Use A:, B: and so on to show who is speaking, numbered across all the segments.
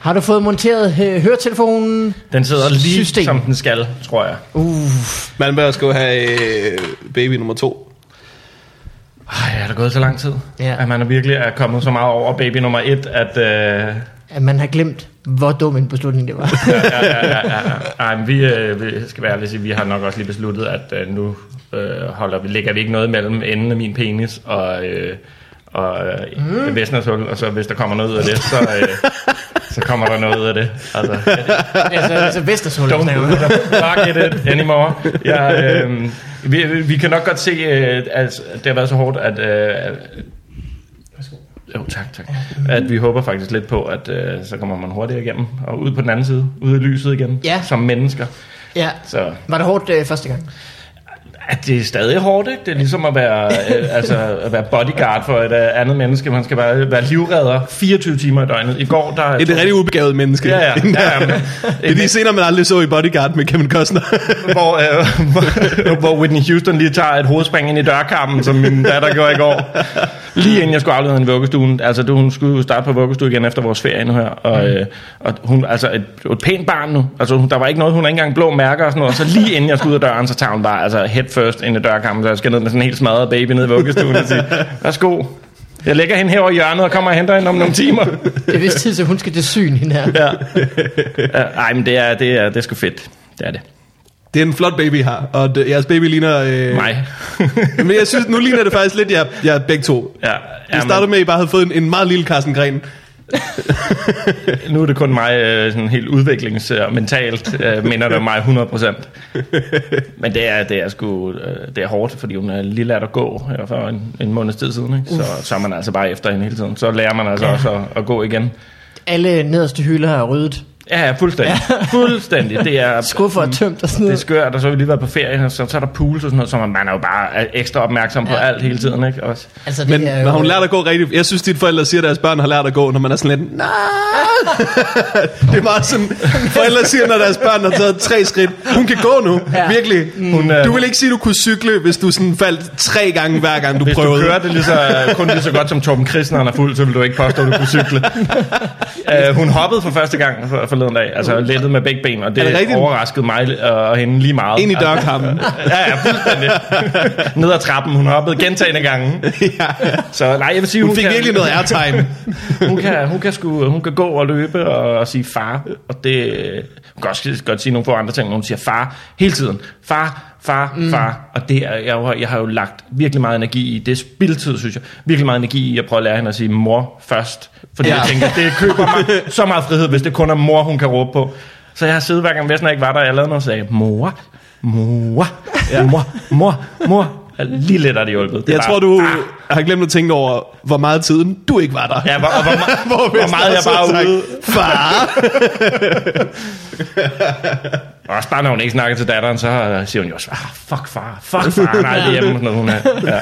A: Har du fået monteret øh, høretelefonen?
B: Den sidder lige
A: System.
B: System. som den skal, tror jeg.
C: Man bør skulle have øh, baby nummer to.
B: Ej, er der gået så lang tid,
A: Ja.
B: ja. at man er virkelig er kommet så meget over baby nummer et, at... Øh,
A: At man har glemt, hvor dum en beslutning det var.
B: ej, men vi, øh, vi skal være ærlige, og sige, vi har nok også lige besluttet, at øh, nu øh, holder vi, lægger vi ikke noget mellem enden af min penis og... Øh, og øh, mm. Vestners hul, og så hvis der kommer noget ud af det, så, øh, så kommer der noget ud af det. Altså,
A: altså, altså Vestersholm.
B: Don't do it. Fuck it anymore. Ja, øh, vi, vi kan nok godt se, øh, at det har været så hårdt, at... Øh, jo, tak, tak. At vi håber faktisk lidt på, at øh, så kommer man hurtigere igennem, og ud på den anden side, ude i lyset igen,
A: Ja.
B: som mennesker.
A: Ja.
B: Så
A: Var det hårdt øh, første gang?
B: at det er stadig hårdt, ikke? Det er ligesom at være, øh, altså, at være bodyguard for et øh, andet menneske. Man skal være, være livredder 24 timer i døgnet. I går, der...
C: Et rigtig ubegavet menneske.
B: Ja, ja. ja, ja men,
C: Det er de scener, man aldrig så i Bodyguard med Kevin Costner.
B: hvor, øh, hvor- hvor Whitney Houston lige tager et hovedspring ind i dørkarmen, som min datter gjorde i går. Lige inden jeg skulle aflevere hende i vuggestuen. Altså, du, hun skulle jo starte på vuggestue igen efter vores ferie nu her. Og, øh, og hun, altså, et, et pænt barn nu. Altså, hun- der var ikke noget, hun har ikke engang blå mærker og sådan noget. Så lige inden jeg skulle ud af døren, så tager hun bare altså, head first ind i dørkarmen. Så jeg skal ned med sådan en helt smadret baby ned i vuggestuen og sige, værsgo. Jeg lægger hende herovre i hjørnet og kommer og henter hende om nogle timer.
A: Det er vist tid, så hun skal til syn, hende her. Ja.
B: Nej, men det er, det, er, det er sgu fedt. Det er det.
C: det er en flot baby, I har. Og det, jeres baby ligner... Øh,
B: Mig.
C: Men jeg synes, nu ligner det faktisk lidt jer, jer begge to.
B: Ja,
C: Det
B: men-
C: startede med, at I bare havde fået en, en meget lille Carsten Gren.
B: Nu er det kun mig øh, sådan helt udviklings- og mentalt, øh, minder det om mig 100%. Men det er, det er sgu øh, det er hårdt, fordi hun er lige lært at gå her for en, en måneds tid siden. Ikke? Så, så er man altså bare efter hende hele tiden. Så lærer man altså også at, at gå igen.
A: Alle nederste hylder er ryddet.
B: Ja, ja, fuldstændig. Fuldstændig. Det er,
A: Skuffer
C: Mm.
A: og tømt og sådan
B: det er
A: noget.
B: skørt, og så har vi lige været på ferie, og så, så er der pools og sådan noget, så man man er jo bare ekstra opmærksom på
A: Ja.
B: alt hele tiden. Ikke? Også.
A: Altså, det
C: Men
A: er
C: ja,
A: jo,
C: har hun lært at gå rigtigt? Jeg synes, dine forældre siger, at deres børn har lært at gå, når man er sådan lidt... Nej! det er meget sådan... Forældre siger, når deres børn har taget tre skridt. Hun kan gå nu.
A: Ja.
C: Ja. Virkelig.
B: Hun, øh,
C: Du vil ikke sige, at du kunne cykle, hvis du sådan faldt tre gange, hver gang du
B: Hvis
C: prøvede.
B: du kører det lige så, øh, kun lige så godt som Torben Christen, når han er fuld, så vil du ikke påstå, at du kunne cykle. uh, hun hoppede for første gang for, forleden dag, altså lettet med begge ben, og
C: Er
B: det,
C: det
B: det
C: rigtigt?
B: overraskede mig og hende lige meget.
C: Ind i dørkampen.
B: Ja, ja, fuldstændig. Ned ad trappen, hun hoppede gentagende gange.
C: ja.
B: Så nej, jeg vil sige, hun,
C: Hun fik
B: kan,
C: virkelig noget airtime.
B: hun, kan, hun, kan sku, hun kan gå og løbe og, og sige far, og det hun kan også godt sige nogle få andre ting, når hun siger far hele tiden. Far, far,
C: Mm.
B: far. Og det er, jeg, har- jeg har jo lagt virkelig meget energi i, det er spildtid, synes jeg, virkelig meget energi i at prøve at lære hende at sige mor først. Fordi ja.
C: Ja.
B: jeg tænker, det køber mig så meget frihed, hvis det kun er mor, hun kan råbe på. Så jeg har siddet hver gang Vesna ikke var der, og jeg lavede noget og sagde, mor, mor, ja. mor, mor, mor. Lige lidt har det hjulpet. Det er
C: Jeg
B: bare-
C: tror, du har glemt at tænke over, hvor meget tiden du ikke var der.
B: Ah. Ja, hvor, og hvor, me- hvor, hvor
C: Vester
B: meget jeg
C: så
B: bare
C: sagt,
B: er ude.
C: Far!
B: Og også bare når hun ikke snakker til datteren, så øh, siger hun jo også, ah, fuck far, fuck far, nej, det er hjemme, sådan noget, hun er. Ja.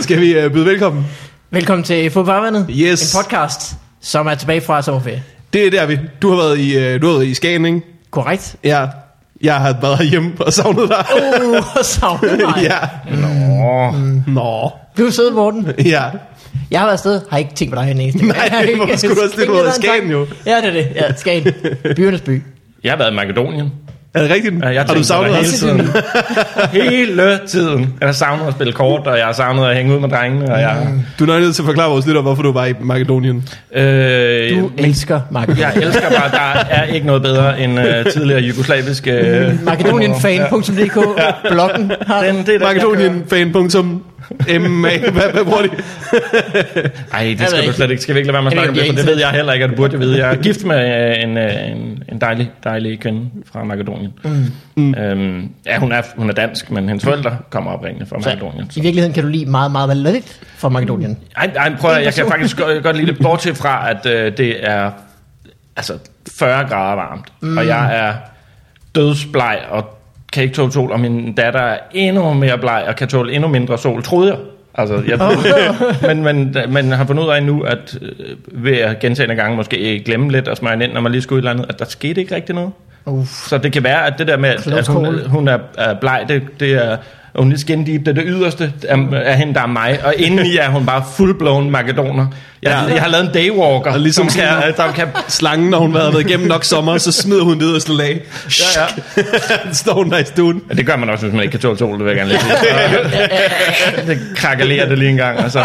C: Skal vi øh, byde velkommen?
A: Velkommen til Fodbarvandet.
C: Yes.
A: En podcast, som er tilbage fra sommerferie.
C: Det er der, vi... Du har været i, øh, du har været i Skagen, ikke?
A: Korrekt.
C: Ja. Jeg har været hjemme og savnet dig.
A: Uh, savner mig.
C: ja.
B: Åh,
C: Nå.
A: Du er sød, Morten.
C: Ja.
A: Jeg har været afsted, har ikke tænkt på dig en eneste. gang.
C: Nej,
A: Jeg har ikke-
C: hvorfor skulle du også det? Du har været i
A: Ingen
C: Skagen jo.
A: Ja, det er det. Ja, Skagen. Byernes by.
B: jeg har været i Makedonien.
C: Er det rigtigt?
B: Ja, jeg
C: har
B: tænker
C: du savnet
B: på dig
C: os?
B: hele tiden. hele tiden. Jeg har savnet at spille kort, og jeg har savnet at hænge ud med drengene, og jeg...
C: Du er nok nødt til at forklare vores lytter, hvorfor du var i Makedonien.
B: Øh,
C: Øhm,
A: Du elsker Makedonien.
B: jeg elsker bare, der er ikke noget bedre end øh, tidligere jugoslaviske... Øh,
A: Makedonienfan.dk Bloggen har
B: Den,
A: den.
B: det er den, jeg kører.
C: Makedonien-fan.ma. Hvad, hvad bruger de?
B: Ej, det
A: Jeg ved
B: skal du
A: ikke.
B: slet ikke. Skal vi ikke lade være med at
A: Jeg
B: snakke om
A: ved
B: det,
A: ikke,
B: for
A: jeg
B: det ved jeg heller ikke, og det burde jeg vide. Jeg er gift med øh, en, øh, en, en dejlig, dejlig kvinde fra Makedonien. Mm. Mm. Øhm, ja, hun er, hun er dansk, men
A: Mm.
B: hendes forældre kommer opringende fra Makedonien.
A: I virkeligheden kan du lide meget, meget, meget lidt fra Makedonien.
B: Ej, ej prøv at, jeg kan faktisk godt, godt lide det, bortset fra, at øh, det er altså 40 grader varmt, mm. og jeg er dødsbleg og kan ikke tåle sol, og min datter er endnu mere bleg og kan tåle endnu mindre sol, troede jeg. Altså, jeg men man, man har fundet ud af nu, at øh, ved at gentagende gange måske øh, glemme lidt og smøre hende ind, når man lige skulle et eller andet, at der skete ikke rigtig noget.
A: Uff.
B: Så det kan være, at det der med, at,
A: Close
B: at hun,
A: call.
B: hun er, er bleg, det, det er only skin deep, det er det yderste af, af hende, der er mig. Og indeni er hun bare fullblown makedoner. Jeg, ja. jeg har lavet en daywalker,
C: Og ligesom
B: som kan,
C: sådan-
B: der kan
C: Slangen, når hun har været igennem nok sommer, så smider hun ned og slår lag. Ja, ja. Står hun der i stuen.
B: Ja, Det gør man også, hvis man ikke kan tåle sol, det vil jeg gerne lige sige. Så- Det krakalerer det lige en gang, og så,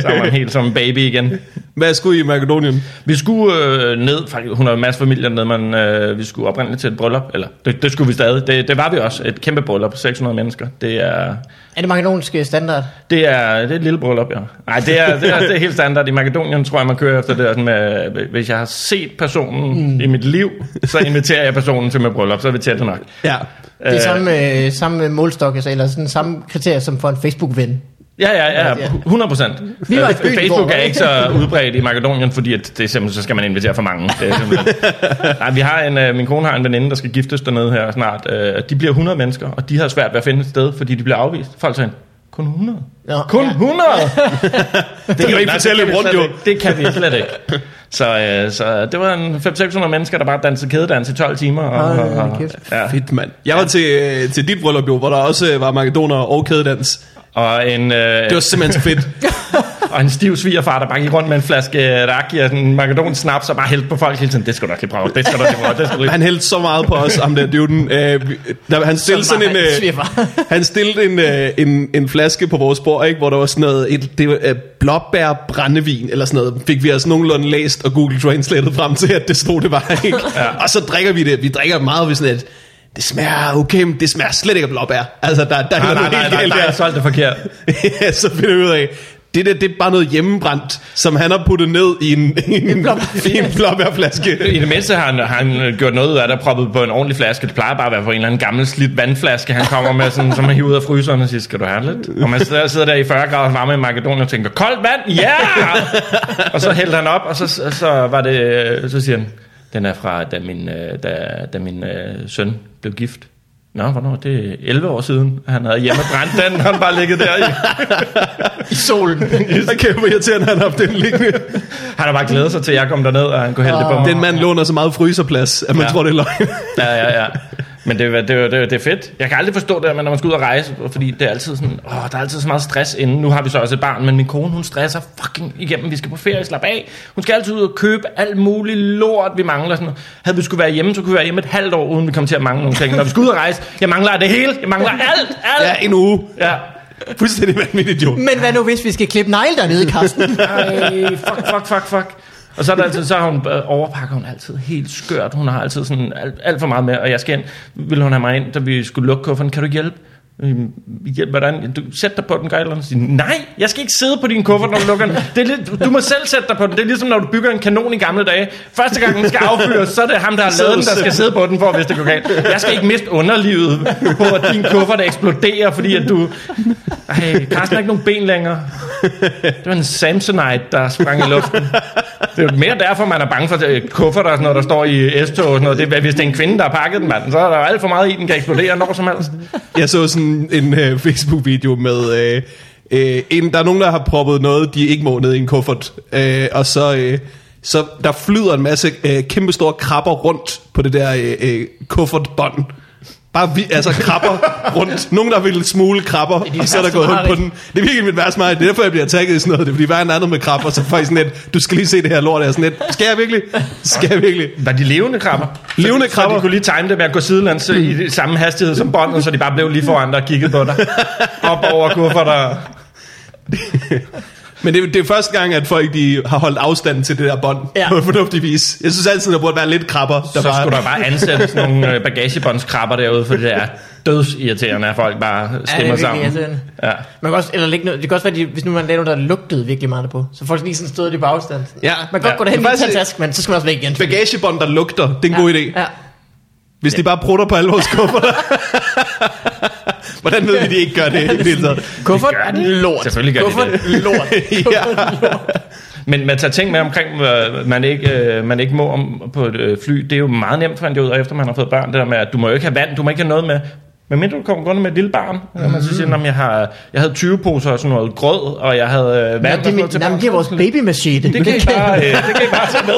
B: så er man helt som en baby igen.
C: Hvad skulle I i Makedonien?
B: Vi skulle øh, ned, faktisk, hun har en masse familier ned, men øh, vi skulle oprindeligt til et bryllup, eller det, det skulle vi stadig. Det, det var vi også, et kæmpe bryllup på 600 mennesker. Det er,
A: Er det makedonske standard?
B: det er, det er et lille bryllup, ja. Nej, det er, det, er, det er helt standard. I Makedonien tror jeg, man kører efter det der sådan med, hvis jeg har set personen mm. i mit liv, så inviterer jeg personen til mit bryllup, så er vi tætte nok.
C: Ja.
A: Det er samme, øh, samme målstok, altså, eller sådan samme kriterier som for en Facebook-ven.
B: Øh, Ja, ja, ja,
A: Ja.
B: 100 procent. Øh,
A: Vi var i byen i
B: Facebook
A: går,
B: er
A: ikke?
B: ikke så udbredt i Makedonien, fordi at det er simpelthen, så skal man invitere for mange. Det er simpelthen. Nej, vi har en, øh, min kone har en veninde, der skal giftes dernede her snart. Øh, De bliver 100 mennesker, og de har svært ved at finde et sted, fordi de bliver afvist. Folk siger, kun 100?
A: Nå,
B: kun
A: ja.
B: 100? det
C: du ikke
B: nej,
C: fortælle
B: kan vi
C: rundt,
B: slet
C: jo.
B: ikke. Det kan vi slet ikke. Så, øh, så det var en 500-600 mennesker, der bare dansede kædedans i 12 timer. Og,
A: Hold
B: og, og,
A: kæft.
B: ja.
C: Fedt, mand. Jeg var til, øh, til dit bryllup, jo, hvor der også øh, var makedoner og kædedans.
B: og en, øh,
C: Det var simpelthen så fedt.
B: Og en stiv svigerfar, der bare gik rundt med en flaske raki og sådan en makedon snaps og bare hældte på folk hele tiden. Det skal du også lige prøve, det skal du også lige prøve, det skal du lige
C: Han hældte så meget på os, ham der dyvden. Øh, vi- der, han stillede
A: Som var
C: sådan en...
A: hans
C: Øh,
A: svigerfar.
C: han stillede en, øh, en, en flaske på vores bord, ikke, hvor der var sådan noget... Et, det var, øh, blåbær brændevin, eller sådan noget. Fik vi altså nogenlunde læst og Google Translated frem til, at det stod, det var. Ikke? Ja. Og så drikker vi det. Vi drikker meget ved sådan et... Det smager okay, men det smager slet ikke af blåbær. Altså, der, der er
B: Nej, nej,
C: noget
B: nej,
C: helt
B: nej,
C: galt
B: nej,
C: der.
B: jeg solgte det forkert.
C: Ja, så finder vi ud af, det der, det er bare noget hjemmebrændt, som han har puttet ned i en, i en, i en blåbærflaske.
B: I det mindste har han, har han øh, gjort noget ud af det og proppet på en ordentlig flaske. Det plejer bare at være på en eller anden gammel slidt vandflaske, han kommer med, sådan, som han hiver ud af fryseren og siger, skal du have lidt? Og man sidder, sidder der i 40 grader varme i Makedonien og tænker, koldt vand, ja! Yeah! Og så hældte han op, og så, og så var det, øh, så siger han, den er fra, da min, øh, da, da min øh, søn blev gift. Nå, hvornår? Det er 11 år siden, at han havde hjemmebrændt den, og han bare ligget der i.
A: I solen.
C: Så kæft, hvor irriterende han har haft den liggende.
B: Han har bare glædet sig til, at jeg kom derned, og han kunne hælde det på mig.
C: Den mand låner så meget fryserplads, at man
B: Ja.
C: ja. tror, det er løgn.
B: Ja, ja, ja. Men det, var- det, var- det, var- det er fedt. Jeg kan aldrig forstå det, men når man skal ud og rejse, fordi det er altid sådan, åh, der er altid så meget stress inden. Nu har vi så også et barn, men min kone, hun stresser fucking igennem. Vi skal på ferie, slap af. Hun skal altid ud og købe alt muligt lort, vi mangler. Sådan. noget. Havde vi skulle være hjemme, så kunne vi være hjemme et halvt år, uden vi kom til at mangle nogle ting. Når vi skal ud og rejse, jeg mangler det hele. Jeg mangler alt,
C: Ja,
B: alt.
C: en uge.
B: Ja.
C: Fuldstændig vanvittigt, jo.
A: Men hvad nu, hvis vi skal klippe negle dernede, Karsten?
B: Ej, fuck, fuck, fuck, fuck. Og så, er der altid, så har hun, øh, overpakker hun altid helt skørt. Hun har altid sådan alt, alt for meget med, og jeg skal ind. Vil hun have mig ind, da vi skulle lukke kufferten? Kan du hjælpe? Øhm, Hjælp, hvordan? Du, sæt dig på den, gør et eller andet. Siger, Nej, jeg skal ikke sidde på din kuffert, når du lukker den. Det er lidt, du- du må selv sætte dig på den. Det er ligesom, når du bygger en kanon i gamle dage. Første gang den skal affyres, så er det ham, der har lavet den, der skal sidde på den, for hvis det går galt. Jeg skal ikke miste underlivet på, at din kuffert eksploderer, fordi at du... Ej, Carsten har ikke nogen ben længere. Det var en Samsonite, der sprang i luften. Det er jo mere derfor, man er bange for øh, kufferter og sådan noget, der står i øh, S-tog og sådan noget. Det, er, hvis det er en kvinde, der har pakket den, mand, så er der jo alt for meget i, den kan eksplodere når som helst.
C: Jeg så sådan en øh, Facebook-video med... Øh, øh, en, der er nogen, der har proppet noget, de ikke må ned i en kuffert. Øh, og så... Øh, så der flyder en masse øh, kæmpe store krabber rundt på det der øh, øh, kuffertbånd. Bare vi, altså krabber rundt. Nogen, der vil smule krabber,
A: dit
C: og så er der
A: værste
C: gået hul på
A: mareridt.
C: den. Det er virkelig mit værste meget. Det er derfor, jeg bliver tagget i sådan noget. Det er fordi, hver en anden med krabber, så får jeg sådan et, du skal lige se det her lort. Jeg er sådan et, skal jeg virkelig? Skal jeg virkelig?
B: Var de levende krabber?
C: Levende
B: så, Så
C: krabber.
B: de kunne lige time det med at gå sidelands øh, i det samme hastighed som båndet, så de bare blev lige foran dig og kiggede på dig. Op over kufferter.
C: Men det, er- det er første gang, at folk de har holdt afstand til det der bånd
A: Ja.
C: ja. på fornuftig vis. Jeg synes altid, der burde være lidt krabber. Der
B: Så
C: bare,
B: skulle der bare ansættes nogle øh, bagagebåndskrabber derude, for det er dødsirriterende, at folk bare
A: Ja, det
B: stemmer
A: er virkelig
B: sammen.
A: irriterende.
B: Ja.
A: Man kan også, eller lægge noget, det kan også være, de, hvis nu man lavede noget, der lugtede virkelig meget på. Så folk lige sådan stod i det på afstand.
C: Ja.
A: Man kan godt
C: Ja.
A: gå derhen
C: Det er
A: og tage
C: faktisk-
A: task, men så skal man også væk igen.
C: Bagagebånd, der lugter, det er en ja. god idé.
A: Ja.
C: Hvis de bare prutter på alle vores kufferter. Hvordan ved vi, de ikke gør det? i det hele taget?
A: Kuffert,
B: gør de.
A: lort.
B: Selvfølgelig gør de
A: Kuffert, lort.
C: ja.
B: Men man tager ting med omkring, hvad man ikke, øh, man ikke må om på et øh, fly. Det er jo meget nemt, fandt jeg ud af, efter man har fået børn. Det der med, at du må jo ikke have vand, du må ikke have noget med. Men mindre du kommer gående med et lille barn, mm. man så
A: Mm-hmm.
B: siger, at jeg, har, jeg havde 20 poser og sådan noget grød, og jeg havde øh, vand
A: Ja,
B: og
A: det, er
B: sådan
A: min,
B: noget til
A: nej, men
B: barn.
A: det er vores babymachete.
B: det kan, I bare, øh, det kan I bare tage med.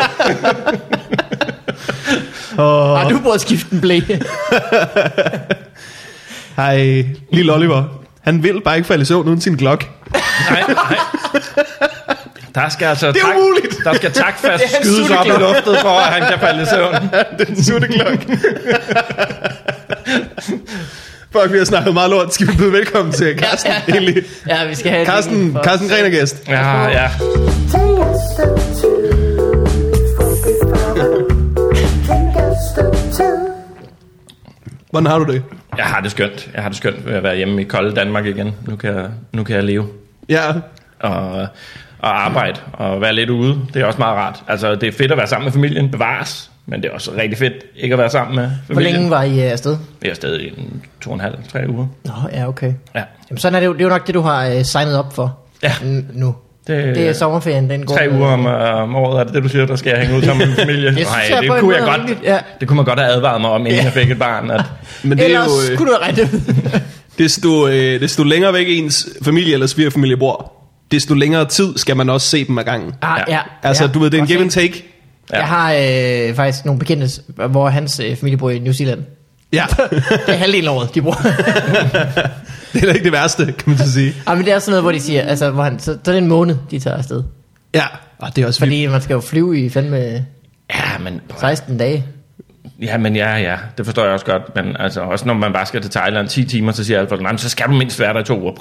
A: Har du prøvet at skifte en blæ?
C: Hej, lille Oliver. Han vil bare ikke falde i søvn uden sin glok.
B: Nej, nej. Der skal altså
C: Det er
B: tak,
C: umuligt.
B: Der skal takfast
A: Det er en
B: skydes op i
A: sutteklokke.
B: luftet, for at han kan falde i søvn.
C: Den sutte klokke. Fuck, vi har snakket meget lort. Skal vi byde velkommen til Carsten, ja, egentlig?
A: Ja, vi skal have... et
C: Carsten,
A: jingle for-
C: Carsten Gren er gæst.
B: Ja, ja.
D: Take us to Take us to
C: Hvordan har du det?
B: Jeg har det skønt. Jeg har det skønt ved at være hjemme i kolde Danmark igen. Nu kan jeg, nu kan jeg leve
C: Ja,
B: og, og arbejde og være lidt ude. Det er også meget rart. Altså, det er fedt at være sammen med familien, bevares. Men det er også rigtig fedt ikke at være sammen med
A: Hvor
B: familien.
A: længe var I øh, afsted?
B: Jeg er stadig en to og en halv, tre uger.
A: Nå, ja, okay.
B: Ja.
A: Jamen, sådan er det jo, det er jo nok det, du har øh, signet op for
B: Ja.
A: n- nu.
B: Det- øh,
A: det er sommerferien, den går.
B: Tre uger om, øh, om året, er det det, du siger, der skal jeg hænge ud sammen med min familie?
A: synes, jeg på
B: Nej, det
A: en
B: kunne,
A: måde
B: jeg
A: er
B: godt,
A: rimeligt, ja.
B: det kunne man godt have advaret mig om, inden jeg fik et barn. At,
C: men det er
A: Ellers
C: jo... øh,
A: kunne du have regnet ud.
C: Desto, øh, desto længere væk ens familie eller svigerfamilie bor, desto længere tid skal man også se dem ad gangen.
A: Ah, ja.
B: Ja.
C: Altså,
A: ja.
C: du ved, det er en
A: Okay.
C: give and take.
B: Ja.
A: Jeg har øh, faktisk nogle bekendte, hvor hans øh, familie bor i New Zealand.
C: Ja,
A: Det er halvdelen af året, de bor.
C: det er da ikke det værste, kan man så sige.
A: ah, men det er sådan noget, hvor de siger, altså, hvor han, så, så er det en måned, de tager afsted.
C: Ja, og det er også vildt.
A: Fordi man skal jo flyve i fandme
B: ja, men,
A: 16 dage.
B: ja, men ja, ja, det forstår jeg også godt. Men altså, også når man bare skal til Thailand 10 timer, så siger Alfred, nej, men så skal du mindst være der i to uger.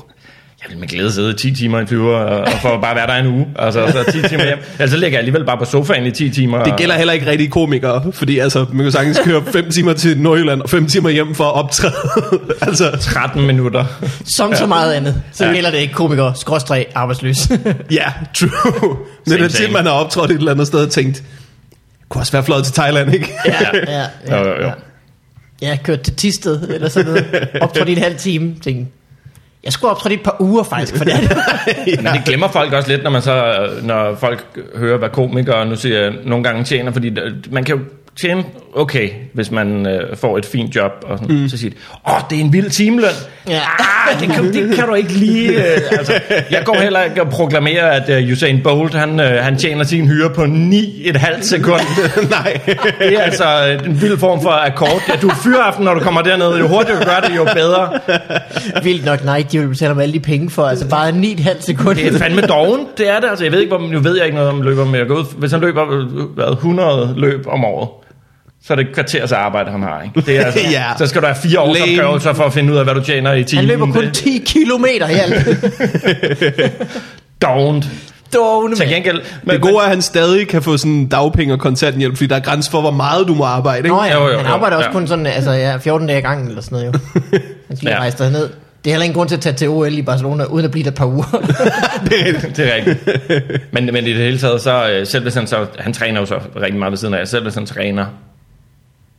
B: Jeg vil med glæde sidde 10 timer i en flyver, og, og for bare være der en uge. Altså, så 10 timer hjem. Altså, så ligger jeg alligevel bare på sofaen i 10 timer.
C: Det gælder heller ikke rigtig komikere, fordi altså, man kan sagtens køre 5 timer til Nordjylland og 5 timer hjem for at optræde. altså,
B: 13 minutter.
A: Som så meget andet. Så gælder det ikke komikere, skråstræk, arbejdsløs.
C: ja, true. Men det er tit,
B: same.
C: man har optrådt et eller andet sted og tænkt, det kunne også være flot til Thailand, ikke?
A: ja, ja, ja,
B: Jo, jo, jo.
A: ja. Jeg kørte til Tisted, eller sådan noget. Optrådte i en halv time, tænkte, jeg skulle optræde i et par uger faktisk, for det er det.
B: Men det glemmer folk også lidt, når, man så, når folk hører, hvad komikere nu siger, nogle gange tjener. Fordi der- man kan jo tjene okay, hvis man øh, får et fint job. Og sådan, mm. Så siger de, åh, det er en vild timeløn.
A: Ja.
B: Ja. Ah, det, kan, det kan du ikke lige... Øh, altså, jeg går heller ikke og proklamerer, at øh, Usain Bolt, han, øh, han tjener sin hyre på 9,5 sekund.
C: Nej.
B: Det er altså øh, en vild form for akkord. Ja, du er fyraften, når du kommer derned. Jo hurtigere du gør det, jo bedre.
A: Vildt nok, nej, de vil betale mig alle de penge for, altså bare 9,5 sekunder.
B: Det er fandme doven, det er det. Altså, jeg ved ikke, hvor, nu ved jeg ikke noget om løber, men jeg går ud, hvis han løber øh, hvad, 100 løb om året, så er det et kvarters arbejde, han har. Ikke? Det er, altså,
C: Ja.
B: Så skal du have fire års
C: Lame.
B: opgørelser for at finde ud af, hvad du tjener i timen.
A: Han løber kun
B: Det
A: 10 kilometer i alt.
B: er Dovent.
A: Dovne,
B: Til
A: mand.
B: gengæld... Men,
C: Det gode er, at han stadig kan få sådan dagpenge og kontanthjælp, fordi der er grænse for, hvor meget du må arbejde. Ikke?
A: Nå ja,
B: Jo, jo,
A: han
B: jo,
A: arbejder også
B: ja.
A: kun sådan, altså ja, 14 dage i gangen eller sådan noget jo. Han skal ja.
B: Ja.
A: rejse derned. Det er heller ingen grund til at tage til OL i Barcelona, uden at blive der et par uger.
B: det er rigtigt. Men, men i det hele taget, så øh, selv hvis han så... Han træner jo så rigtig meget ved siden af. Selv hvis han træner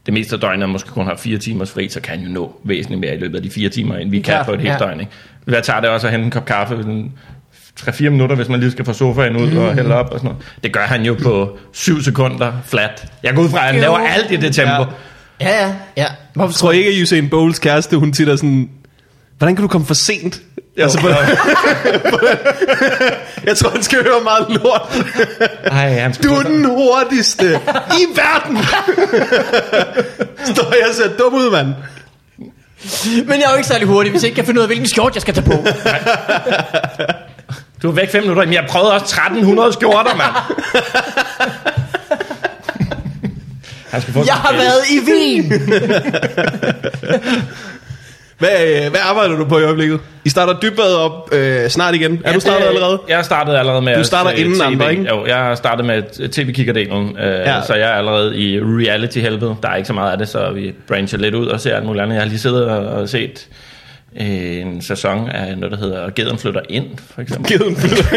B: det meste af døgnet, og måske kun har fire timers fri, så kan han jo nå væsentligt mere i løbet af de fire timer, end vi kan
A: Klart,
B: på et helt
A: ja.
B: ja. døgn. Ikke? Hvad tager det også at hente en kop kaffe? Sådan 3-4 minutter, hvis man lige skal fra sofaen ud
C: Mm.
B: og hælde op og sådan noget. Det gør han jo på 7 sekunder flat. Jeg går ud fra, at han
A: Jo.
B: laver alt i det tempo.
C: Ja.
B: Ja.
A: ja, ja, ja. Hvorfor
C: Jeg tror ikke, at Usain Bowles kæreste, hun tit er sådan, hvordan kan du komme for sent? Altså, på, jeg tror, han skal høre meget lort.
B: Ej, han skulle
C: Du er den hurtigste i verden! Står jeg og ser dum ud, mand.
A: Men jeg er jo ikke særlig hurtig, hvis jeg ikke kan finde ud af, hvilken skjort jeg skal tage på.
B: Du er væk 5 minutter. Jamen, jeg prøvede også 1300 skjorter, mand. Han skal få
A: Jeg har været i Wien.
C: Hvad, øh, hvad arbejder du på i øjeblikket? I starter dybbad op øh, snart igen. Er du startet
A: øh,
C: allerede?
B: Jeg startede allerede med...
C: Du starter
B: øh,
C: inden
B: TV.
C: andre, ikke?
B: Jo, jeg startede med tv-kiggerdelen, øh,
C: Ja.
B: ja. så jeg er allerede i reality-helvede. Der er ikke så meget af det, så vi brancher lidt ud og ser alt muligt andet. Jeg har lige siddet og, og set øh, en sæson af noget, der hedder Geden flytter ind, for eksempel.
C: Geden flytter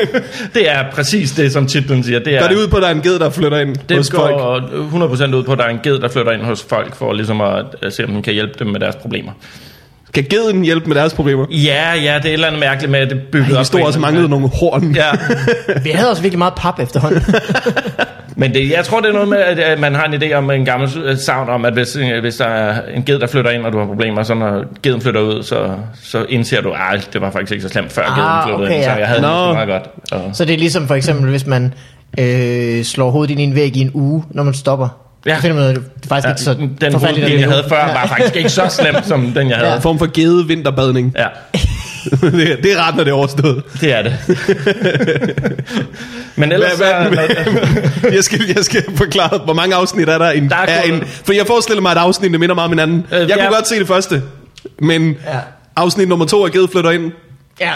B: det er præcis det, som titlen siger. Det er,
C: Går det ud på, at der er en ged, der flytter ind det hos
B: det
C: folk?
B: går 100% ud på, at der er en ged, der flytter ind hos folk, for ligesom at, at se, om den kan hjælpe dem med deres problemer.
C: Kan geden hjælpe med deres problemer?
B: Ja, ja, det er et eller andet mærkeligt med, at det bygger op.
C: Vi stod
B: på en
C: også og
B: eller
C: manglede
B: anden
C: nogle horn.
B: måde. Ja,
A: Vi havde også virkelig meget pap efterhånden.
B: Men det, jeg tror, det er noget med, at, at man har en idé om en gammel øh, savn om, at hvis, øh, hvis der er en ged, der flytter ind, og du har problemer, så når geden flytter ud, så, så indser du, at det var faktisk ikke så slemt, før
A: Ah,
B: ah, geden flyttede
A: okay,
B: okay, ind, så
A: ja.
B: jeg havde
C: Nå.
B: det meget godt. Og,
A: Så det er ligesom for eksempel, hvis man øh, slår hovedet ind i en væg i en uge, når man stopper.
B: Ja.
A: Så finder man ud af, at det er faktisk ja, ikke så
B: den
A: forfærdeligt.
B: den
A: at
B: jeg
A: leve.
B: havde før, var faktisk ikke så slem, som den, jeg havde.
C: En form for gede vinterbadning.
B: Ja.
C: det, er- det er ret, når det er overstået.
B: Det er det. Men ellers...
C: Hvad-
B: så-
C: jeg, skal, jeg skal forklare, hvor mange afsnit er der? En,
B: Der er
C: er
B: kun-
C: en, for jeg forestiller mig, at afsnit minder meget om hinanden.
B: Øh,
C: Øh,
B: ja.
C: jeg kunne godt se det første, men
A: Ja.
C: ja. afsnit nummer to er Ged flytter ind.
A: Ja.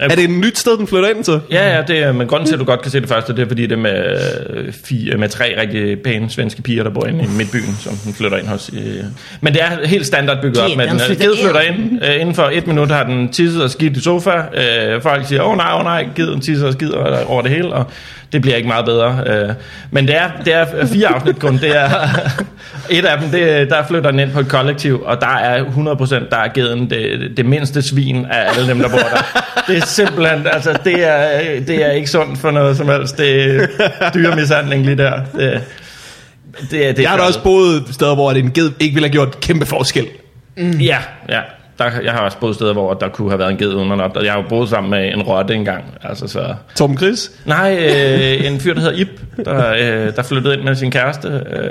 C: Er det et nyt sted, den flytter ind så?
B: Ja, ja, det er, men grunden til, at du godt kan se det første, det er, fordi det er med, øh, fire, med tre rigtig pæne svenske piger, der bor inde i midtbyen, som den flytter ind hos. Øh. Men det er helt standard bygget op
A: Ged,
B: med den.
A: den
B: øh,
A: flytter
B: Ged
A: ind.
B: flytter ind. Øh, inden for et minut har den tisset og skidt i sofa. Øh, folk siger, åh oh, nej, åh oh, nej, geden tisser og skider over det hele, og det bliver ikke meget bedre. Øh, men det er, det er fire afsnit kun. Det er, et af dem, det, er- der flytter den ind på et kollektiv, og der er 100% der er geden det, det mindste svin af alle dem, der bor der. Det er simpelthen, altså det er, det er ikke sundt for noget som helst. Det er dyremishandling lige der. Det, det, er- det
C: Jeg har da også boet steder, hvor en ged ikke ville have gjort kæmpe forskel.
B: Ja, Mm. ja. Der, jeg har også boet steder, hvor der kunne have været en ged underlagt, og jeg har jo boet sammen med en rotte engang. Altså, så.
C: Tom Chris?
B: Nej, øh, en fyr, der hedder Ip, der, øh, der flyttede ind med sin kæreste. Øh,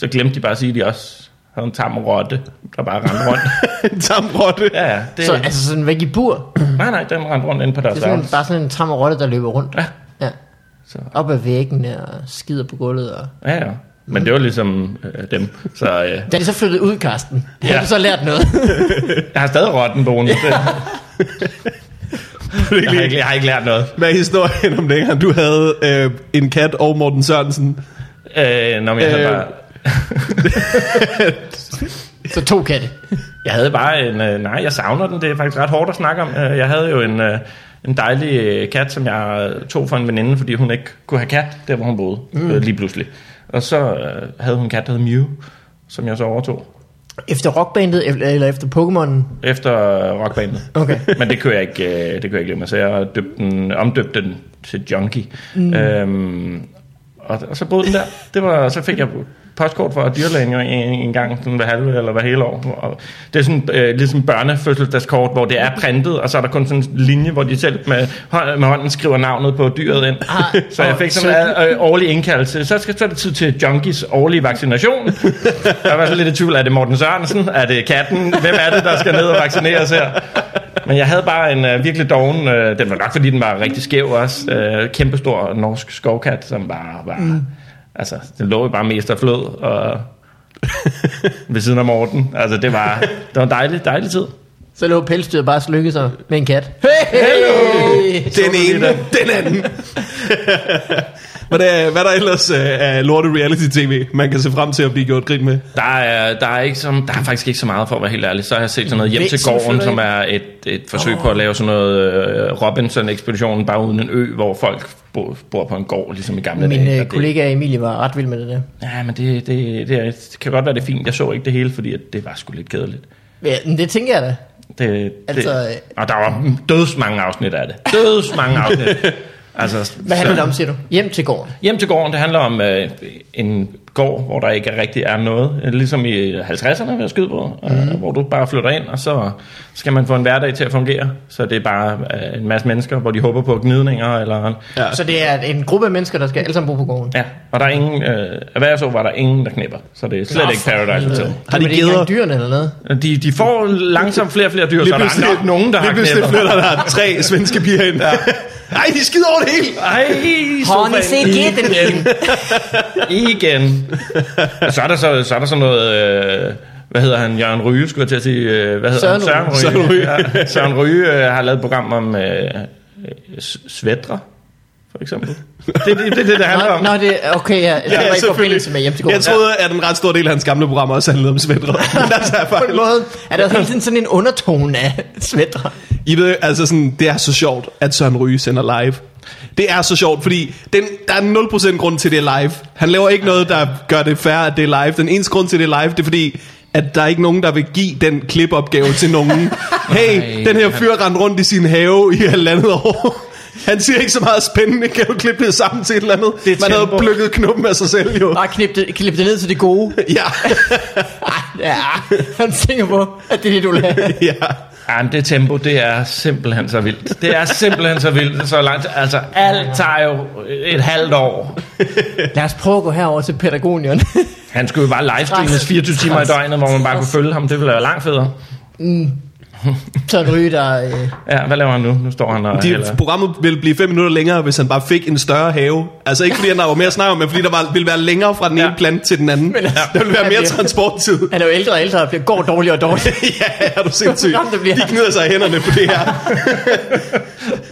B: så glemte de bare at sige, at de også havde en tam rotte, der bare rendte rundt.
C: en tamrotte?
B: Ja, ja, det,
A: Så altså sådan væk i bur.
B: nej, nej, den rendte rundt ind på
A: Det
B: deres
A: er sådan, en-
B: værelse.
A: bare sådan en tam og rotte, der løber rundt.
B: Ja.
A: ja.
B: Så.
A: Op ad væggen og skider på gulvet. Og...
B: Ja, ja. Men det var ligesom øh, dem. Så øh,
A: Da de så flyttede ud, Karsten, ja.
B: Ja.
A: havde du så lært noget?
B: jeg har stadig rotten boende. Det, jeg, har ikke, jeg har ikke lært noget.
C: Hvad er historien om dengang, du havde øh, en kat og Morten Sørensen?
B: Øh, når jeg havde
C: Øh.
B: bare...
A: så to katte.
B: Jeg havde bare en... Øh, nej, jeg savner den. Det er faktisk ret hårdt at snakke om. Øh, jeg havde jo en, øh, en dejlig øh, kat, som jeg øh, tog for en veninde, fordi hun ikke kunne have kat, der hvor hun boede, mm. øh, lige pludselig. Og så øh, havde hun en kat, der hed Mew, som jeg så overtog
A: Efter rockbandet, eller eller efter Pokémon.
B: efter rockbandet.
A: Okay.
B: Men det kunne jeg ikke, øh, det kunne jeg ikke lide mig, så jeg døbte den, omdøbte den til Junkie. Mm. Øhm, og, og, så boede den der. Det var, og så fik jeg postkort fra dyrlægen jo en, en gang, sådan hver halve eller hver hele år. Og det er sådan øh, ligesom børnefødselsdagskort, hvor det er printet, og så er der kun sådan en linje, hvor de selv med, hånd, med hånden skriver navnet på dyret ind.
A: Ah,
B: så jeg
A: og
B: fik sådan en øh, årlig indkaldelse. Så skal så er det tid til Junkies årlige vaccination. Jeg var så lidt i tvivl, er det Morten Sørensen? Er det katten? Hvem er det, der skal ned og vaccineres her? Men jeg havde bare en øh, virkelig doven, øh, den var nok fordi den var rigtig skæv også, øh, kæmpestor norsk skovkat, som bare var, mm. altså den lå jo bare mest af flød og ved siden af Morten. Altså det var, det var en dejlig, dejlig tid.
A: Så lå pelsdyret bare og slykkede sig med en kat. Hey! hey!
C: Den ene, den anden. Hvad er, hvad er der ellers øh, af lorte reality-tv, man kan se frem til at blive gjort grin med?
B: Der er, der, er ikke så, der er faktisk ikke så meget, for at være helt ærlig. Så har jeg set sådan noget Hjem til
A: Væsen
B: gården,
A: flytter
B: som er et, et forsøg på at lave sådan noget øh, Robinson-ekspeditionen, bare uden en ø, hvor folk bo- bor på en gård, ligesom i gamle
A: Min
B: dage. Og
A: øh,
B: det-
A: kollega Emilie var ret vild med det der.
B: Ja, men det, det, det, er, det kan godt være, det er fint. Jeg så ikke det hele, fordi at det var sgu lidt kedeligt.
A: Ja, men det tænker jeg da.
B: Det,
A: Altså,
B: det, og der var døds mange afsnit af det. Døds mange afsnit. altså,
A: Hvad
B: så-
A: handler det om, siger du? Hjem til gården.
B: Hjem til gården, det handler om øh, en gård, hvor der ikke rigtig er noget. Øh, Ligesom i 50'erne, ved skyde på, øh, hvor du bare flytter ind, og så skal man få en hverdag til at fungere. Så det er bare øh, en masse mennesker, hvor de håber på gnidninger. Eller,
C: Ja.
A: Så det er en gruppe af mennesker, der skal alle sammen bo på gården.
B: ja. Og der er ingen, øh, hvad jeg så, var der ingen, der knipper. Så det er slet
A: Nå,
B: ikke
A: for
B: Paradise Hotel.
A: Har de
C: geder?
A: givet dyrene eller noget?
B: De, de får langsomt flere og flere dyr, så der er nok nogen, der har
C: lige pludselig
B: knipper.
C: flytter der tre svenske piger ind. Ja. Nej, de skider over det hele.
B: Ej, sofaen.
A: gætten igen.
B: Igen. Og så er der så, så, er der så noget... Øh, hvad hedder han? Jørgen Ryge, skulle jeg til at sige. Øh, hvad hedder
A: Søren
B: han?
A: Ryge.
B: Søren
C: Søren
B: Ryge.
C: Ryge.
B: Ja, Søren Ryge øh, har lavet et program om øh, øh, s- svætre, for eksempel. Det er det, det, det, det handler om.
A: Nå, det er okay, ja. Det
C: Ja,
A: var ikke
C: selvfølgelig.
A: forbindelse med hjem til gården.
C: Jeg troede, at en ret stor del af hans gamle program også handlede om svætter. Men altså, jeg
A: på en
C: fejl.
A: måde er der hele tiden sådan en undertone af svætter.
C: I ved, altså sådan, det er så sjovt, at Søren Ryge sender live. Det er så sjovt, fordi den, der er 0% grund til, det er live. Han laver ikke noget, der gør det færre, at det er live. Den eneste grund til, det er live, det er fordi, at der er ikke nogen, der vil give den klipopgave til nogen. Hey, den her fyr rendte rundt i sin have i halvandet år. Han siger ikke så meget spændende, kan du klippe det sammen til et eller andet?
B: Det er
C: Man havde
B: tempo.
C: plukket knuppen af sig selv jo.
A: Bare knip det, knip det ned til det gode.
C: Ja,
A: Ej, ja, han tænker på, at det er det, du lader.
C: ja.
B: Ja, men det tempo, det er simpelthen så vildt. Det er simpelthen så vildt. Så langt. Altså, alt tager jo et halvt år.
A: Lad os prøve at gå herover til Patagonien.
B: Han skulle jo bare livestreames 24 timer i døgnet, hvor man bare kunne følge ham. Det ville være langt federe.
A: Så en ryge, der... Øh,
B: Ja, hvad laver han nu? Nu står han og...
C: De,
B: eller-
C: programmet ville blive 5 minutter længere, hvis han bare fik en større have. Altså ikke fordi han der var mere at snakke om, men fordi der var, ville være længere fra den
B: Ja.
C: ene plante til den anden.
A: Men altså,
C: der ville være
A: han
C: mere
A: bliver-
C: transporttid.
A: han er jo ældre og ældre og bliver, går dårligere og dårligere.
C: ja, er du sindssyg?
A: Nå, det bliver-
C: De gnider sig i hænderne på det her.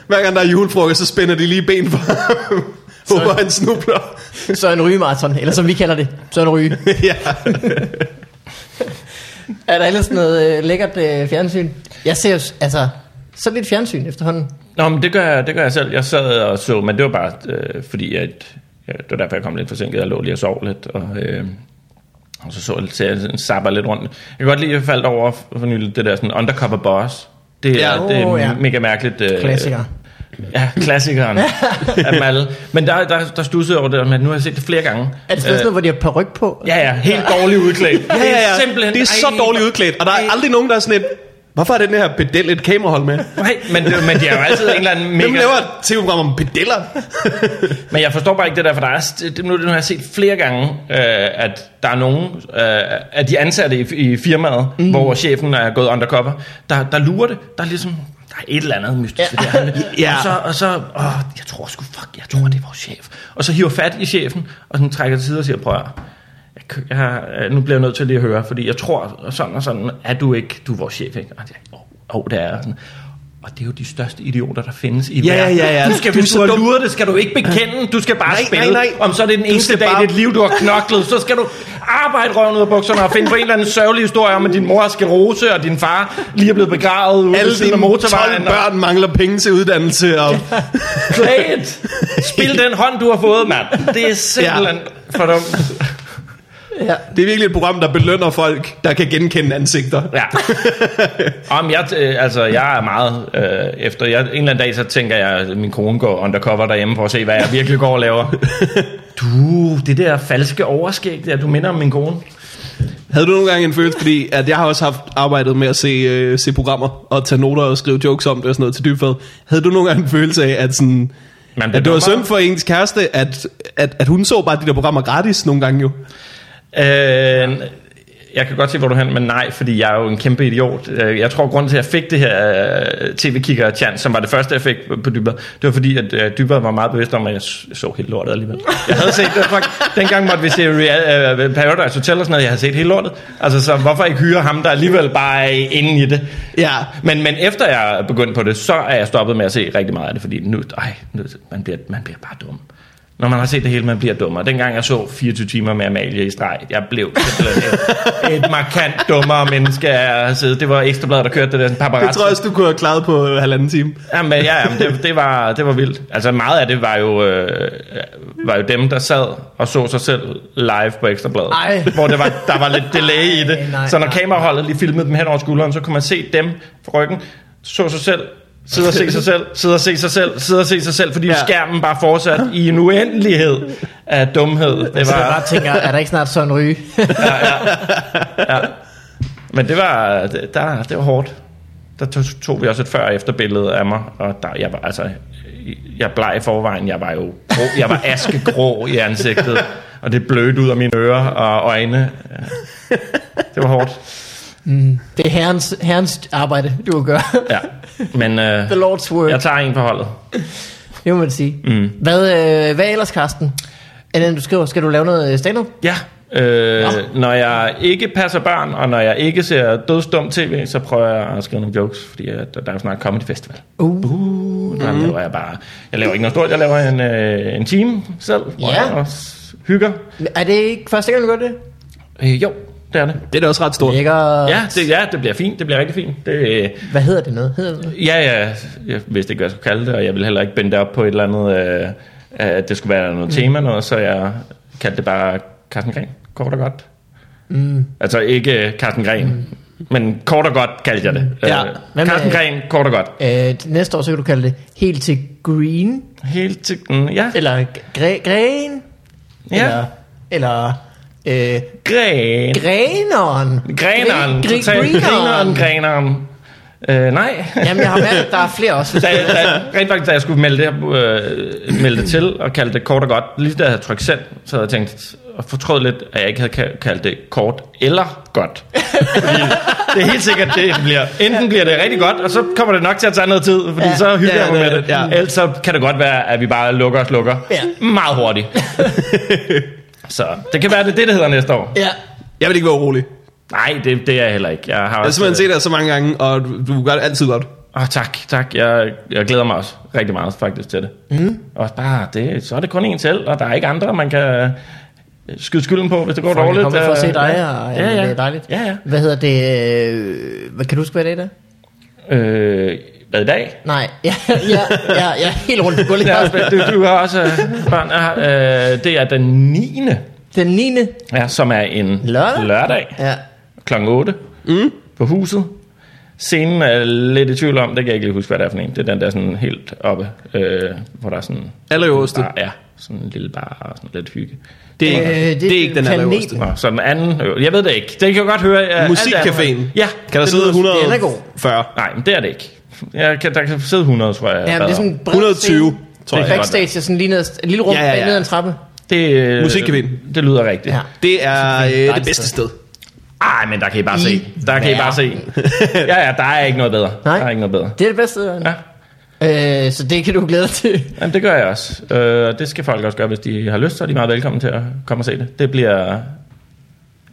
C: Hver gang der er julefrokost, så spænder de lige ben for ham. Håber han snubler.
A: Så en rygemarathon, eller som vi kalder det, så en ryge.
C: ja.
A: Er der ellers noget øh, lækkert øh, fjernsyn? Jeg ser jo, s- altså, så lidt fjernsyn efterhånden.
B: Nå, men det gør, jeg, det gør jeg selv. Jeg sad og så, men det var bare øh, fordi, at, ja, det var derfor, jeg kom lidt forsinket. Jeg lå lige og sov lidt, og, øh, og så så jeg, så jeg sådan zapper lidt rundt. Jeg kan godt lide, at jeg faldt over for nylig det der sådan undercover boss. Det er,
C: Ja,
B: det er
A: åh, ja.
B: mega mærkeligt. Øh,
A: Klassiker.
B: Ja, klassikeren af dem alle. Men der, der, der stussede jeg over det, men nu har jeg set det flere gange.
A: Er det sådan
B: Øh.
A: noget, hvor de har paryk på?
B: Ja, ja, helt dårligt udklædt.
C: Ja, ja, ja.
B: Simpelthen,
C: det er så
B: ej,
C: dårligt udklædt, og der er aldrig nogen, der er sådan et... Hvorfor har den her pedel et kamerahold med?
B: Nej, men, det- men de er jo altid en eller anden mega...
C: Hvem laver et tv-program om pedeller?
B: Men jeg forstår bare ikke det der, for der er, st- det, nu, nu har jeg set flere gange, øh, at der er nogen øh, af de ansatte i, i firmaet, mm. hvor chefen er gået undercover, der, der lurer det. Der er ligesom, der er et eller andet mystisk ja. ved det her.
C: Ja.
B: Og så, og så åh, jeg tror sgu, fuck, jeg tror, det er vores chef. Og så hiver fat i chefen, og sådan trækker til side og siger, prøv at høre, jeg, kø- jeg, har- øh, nu bliver jeg nødt til lige at høre, fordi jeg tror og sådan og sådan, er du ikke, du er vores chef, ikke? Og han siger, åh, oh, det er jeg." Og sådan. Og det er jo de største idioter, der findes i
C: Ja,
B: verden.
C: ja, ja.
B: Du skal,
C: Du er
B: hvis
C: så
B: du har
C: dum.
B: luret det, skal du ikke bekende. Du skal bare
C: Nej,
B: spille.
C: nej, nej.
B: Om så er det den
C: Du
B: eneste
C: skal
B: dag
C: bare-
B: i dit liv, du har knoklet, så skal du arbejde røven ud af bukserne og finde på en eller anden sørgelig historie om, at din mor har sklerose, og din far lige er blevet begravet ude ved
C: Alle
B: siden
C: dine
B: af
C: 12
B: motorvejen. og-
C: børn mangler penge til uddannelse, og
B: Play it. Spil den hånd, du har fået, mand. Det er simpelthen ja. for dumt.
A: ja.
C: det er virkelig et program, der belønner folk, der kan genkende ansigter.
B: Ja. Om jeg, øh, altså, jeg er meget øh, efter. Jeg, en eller anden dag, så tænker jeg, at min kone går undercover derhjemme for at se, hvad jeg virkelig går og laver. Du, det der falske overskæg der, du minder om min kone.
C: Havde du nogle gange en følelse, fordi at jeg har også haft arbejdet med at se, øh, se programmer, og tage noter og skrive jokes om det og sådan noget til dybfad. Havde du nogle gange en følelse af, at, sådan,
B: Man
C: at det var
B: bedømmer.
C: synd for ens kæreste, at, at, at hun så bare de der programmer gratis nogle gange jo?
B: Øh, jeg kan godt se, hvor du er hen, men nej, fordi jeg er jo en kæmpe idiot. Øh, Jeg tror, grunden til, at jeg fik det her øh, tv-kigger chance, som var det første, jeg fik på Dybvad, det var fordi, at øh, Dybvad var meget bevidst om, at jeg s- så helt lortet alligevel. Jeg havde set det, fuck, dengang måtte vi se Real, øh, Paradise Hotel og sådan noget, jeg havde set helt lortet. Altså, så hvorfor ikke hyre ham, der alligevel bare er inde i det?
C: Ja.
B: Men, men efter jeg begyndte på det, så er jeg stoppet med at se rigtig meget af det, fordi nu, ej, nu man, bliver, man bliver bare dum. Når man har set det hele, man bliver dummere. Dengang jeg så 24 timer med Amalie i streg, jeg blev simpelthen et, et markant dummere menneske af at sidde. Det var Ekstrabladet, der kørte det der sådan paparazzi.
C: Det tror jeg også, du kunne have klaret på øh, halvanden time.
B: Jamen, ja, jamen, det, det, var, det var vildt. Altså meget af det var jo, øh, var jo dem, der sad og så sig selv live på Ekstrabladet.
A: Ej.
B: Hvor det var, der var lidt delay i det.
A: Ej, nej,
B: så når
A: nej.
B: kameraholdet lige filmede dem hen over skulderen, så kunne man se dem fra ryggen, så sig selv, sidde og se sig selv, sidde og se sig selv, sidde og se sig selv, fordi ja.
C: Ja.
B: skærmen bare fortsat i en uendelighed af dumhed. Det
A: Så jeg bare
B: var,
A: tænker, er der ikke snart sådan en ryge?
B: men det var, det- der, det var hårdt. Der tog, tog vi også et før- og efterbillede af mig, og der, jeg var, altså, jeg bleg i forvejen, jeg var jo grå, jeg var askegrå i ansigtet, og det blødt ud af mine ører og øjne. Ja. Det var hårdt,
A: Det er herrens, herrens arbejde, du gør.
B: ja. Men øh,
A: The Lord's work,
B: jeg tager en på holdet.
A: det må man sige. Mm. Hvad, øh, hvad ellers, Karsten? Andet end du skriver, skal du lave noget øh, stand-up?
B: Ja, øh, når jeg ikke passer børn, og når jeg ikke ser dødsdum tv, så prøver jeg at skrive nogle jokes, fordi øh, der der er jo snart Comedy Festival.
A: Uh.
B: Uh, der laver jeg bare... Jeg laver ikke noget stort, jeg laver en, øh, en time selv, hvor
A: Ja.
B: jeg også hygger.
A: Er det ikke første gang, du gør det?
B: Øh, jo, det er det.
C: Det er da også ret stort.
A: Lækker.
B: Uh. Ja, det, ja, det bliver fint, det bliver rigtig fint. Det, øh,
A: Hvad hedder det noget? Hedder det noget?
B: ja, ja, jeg vidste ikke, hvad jeg skulle kalde det, og jeg ville heller ikke binde det op på et eller andet, øh, at det skulle være
A: Mm.
B: noget tema, noget, så jeg kaldte det bare Carsten Gren, kort og godt. Mm. Altså ikke øh, Carsten Gren, mm. men kort og godt kaldte jeg det.
A: Ja.
B: Øh,
A: Hvad med-
B: Carsten Gren, kort og godt.
A: Øh, til næste år, så kan du kalde det helt til green,
B: Helt til, mm, ja,
A: eller gre- gren,
B: ja.
A: eller, eller øh,
B: Gren.
A: greneren.
B: Greneren.
A: Gre- gre-
B: Total
A: greneren.
B: Greneren, greneren. Øh, nej.
A: Jamen, jeg har mærket, der er flere også.
B: Da, da, rent faktisk, da jeg skulle melde det, her, øh, melde det til og kalde det kort og godt, lige da jeg havde trykt send, så havde jeg tænkt, fortrød lidt, at jeg ikke havde ka- kaldt det kort eller godt. Fordi det er helt sikkert det, det bliver. Enten bliver det rigtig godt, og så kommer det nok til at tage noget tid, fordi
A: Ja.
B: ja. så hygger
C: Ja,
B: jeg mig
C: det-
B: med det.
C: ja.
B: Ja. Ellers så kan det godt være, at vi bare lukker og slukker
A: Ja.
B: ja. meget hurtigt. så det kan være, det er det, det hedder næste år.
A: Ja.
C: Jeg vil ikke være urolig.
B: Nej, det, det er jeg heller ikke. Jeg har
C: Jeg har
B: også- øh,
C: simpelthen set dig så mange gange, og du, du gør det altid godt.
B: Åh, oh, tak, tak. Jeg, jeg glæder mig også rigtig meget faktisk til det. Mm. Og bare, det, så er det kun en selv, og der er ikke andre, man kan øh, skyde skylden på, hvis det går
A: Folk er
B: dårligt.
A: kommet for at se
B: Øh,
A: dig,
B: ja.
A: og
B: ja, ja.
A: det er dejligt.
B: Ja,
A: Hvad hedder det? øh, Hvad kan du huske, hvad det er i dag?
B: ja. Øh, hvad i dag?
A: Nej, ja, ja, ja, jeg er helt rundt på gulvet.
B: Ja, du, du har også øh, børn. Ja, øh, det er den 9.
A: Den 9.
B: Ja, som er en
A: Lørdag?
B: lørdag
A: Ja.
B: klokken 8 mm. på huset. Scenen er lidt i tvivl om, det kan jeg ikke lige huske, hvad det er for en. Det er den der sådan helt oppe, øh, hvor der er sådan...
C: Allerøverste.
B: Bar, ja, sådan en lille bar og sådan lidt hygge.
C: Det er,
A: Øh,
C: ikke, det, det er ikke den
A: planeten.
C: allerøverste.
B: Nå, så den anden, øh, jeg ved det ikke. Det kan jeg godt høre. øh, alt det
C: Musikcaféen.
B: andet. Ja.
C: Kan der
B: det
C: sidde
B: lyder-
C: 140?
A: den er god.
B: Nej, men det er det ikke. Jeg kan, der kan sidde 100, tror jeg.
A: Ja, men det er sådan en bred
C: 120,
A: scene.
C: tror
B: Det
C: jeg.
B: er godt.
A: Backstage er sådan lige ned, et lille rum
C: Ja,
A: ja,
C: ja,
A: ja,
C: ja.
A: ned ad en trappe.
B: det, øh,
C: Musikcaféen.
B: Det lyder rigtigt.
A: Ja.
B: Ja.
C: Det er
A: Det er et
C: øh, det
A: dejligt
C: bedste sted.
B: Ej, men der kan I bare
A: I
B: se. Der kan I bare se. Ja, ja, der er ikke noget bedre.
A: Nej.
B: Der er ikke noget bedre.
A: Det er det bedste. Ja.
B: Ja,
A: Øh, så det kan du glæde dig til.
B: Jamen, det gør jeg også. Øh, det skal folk også gøre, hvis de har lyst, så er de meget velkommen til at komme og se det. Det bliver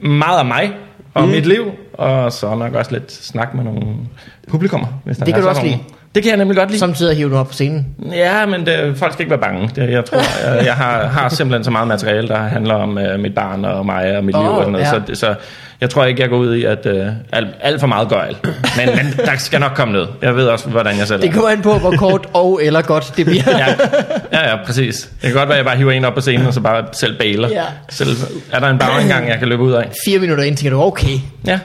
B: meget af mig og mm. mit liv, og så nok også lidt snak med nogle publikummer. Hvis der
A: Det
B: er
A: kan du
B: sådan
A: også
B: nogle.
A: lide.
B: Det kan jeg nemlig godt lide.
A: Samtidig hiver du op på scenen.
B: Ja, men det, folk skal ikke være bange. Det, jeg tror, jeg, jeg har, har simpelthen så meget materiale, der handler om øh, mit barn og mig og mit oh, liv.
A: Åh,
B: Og sådan noget.
A: ja.
B: Ja. Så, det- så jeg tror ikke, jeg går ud i, at øh, alt, alt for meget gøjl. Men, men der skal nok komme noget. Jeg ved også, hvordan jeg selv
A: Det
B: er.
A: kommer an på, hvor kort og eller godt det bliver.
B: Ja, ja, ja, præcis. Det kan godt være, at jeg bare hiver en op på scenen, og så bare selv baler.
A: Ja.
B: Ja. Selv, er der en bagindgang, jeg kan løbe ud af?
A: Fire minutter ind, tænker du, okay,
B: Ja.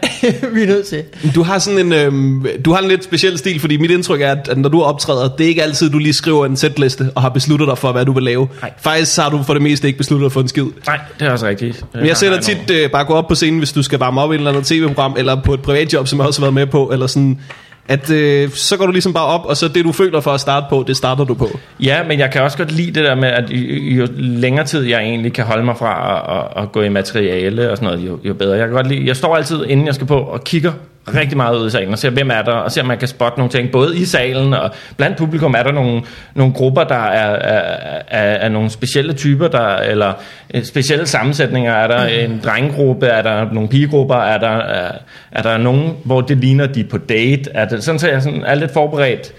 A: vi er nødt til.
C: Du har sådan en, øh, du har en lidt speciel stil, fordi mit indtryk er, at at når du optræder, det er ikke altid, du lige skriver en sætliste og har besluttet dig for, hvad du vil lave.
B: Nej.
C: Faktisk så har du for det meste ikke besluttet dig for en skid.
B: Nej, det er også rigtigt.
C: Men jeg ser
B: Der
C: dig
B: er nogle-
C: tit øh, bare gå op på scenen, hvis du skal varme op i et eller andet tv-program, eller på et privatjob, som jeg også har været med på, eller sådan, at øh, så går du ligesom bare op, og så det, du føler for at starte på, det starter du på.
B: Ja, men jeg kan også godt lide det der med, at jo, jo længere tid jeg egentlig kan holde mig fra at, at, at gå i materiale og sådan noget, jo, jo bedre. Jeg kan godt lide, jeg står altid, inden jeg skal på, og kigger rigtig meget ud i salen og ser, hvem er der, og ser, om man kan spotte nogle ting, både i salen og blandt publikum er der nogle, nogle grupper, der er, er, er, er nogle specielle typer, der, eller øh, specielle sammensætninger. Er der en drengegruppe, er der nogle pigegrupper, er der, er, er der nogen, hvor det ligner, de er på date? Er det, sådan så jeg sådan er lidt forberedt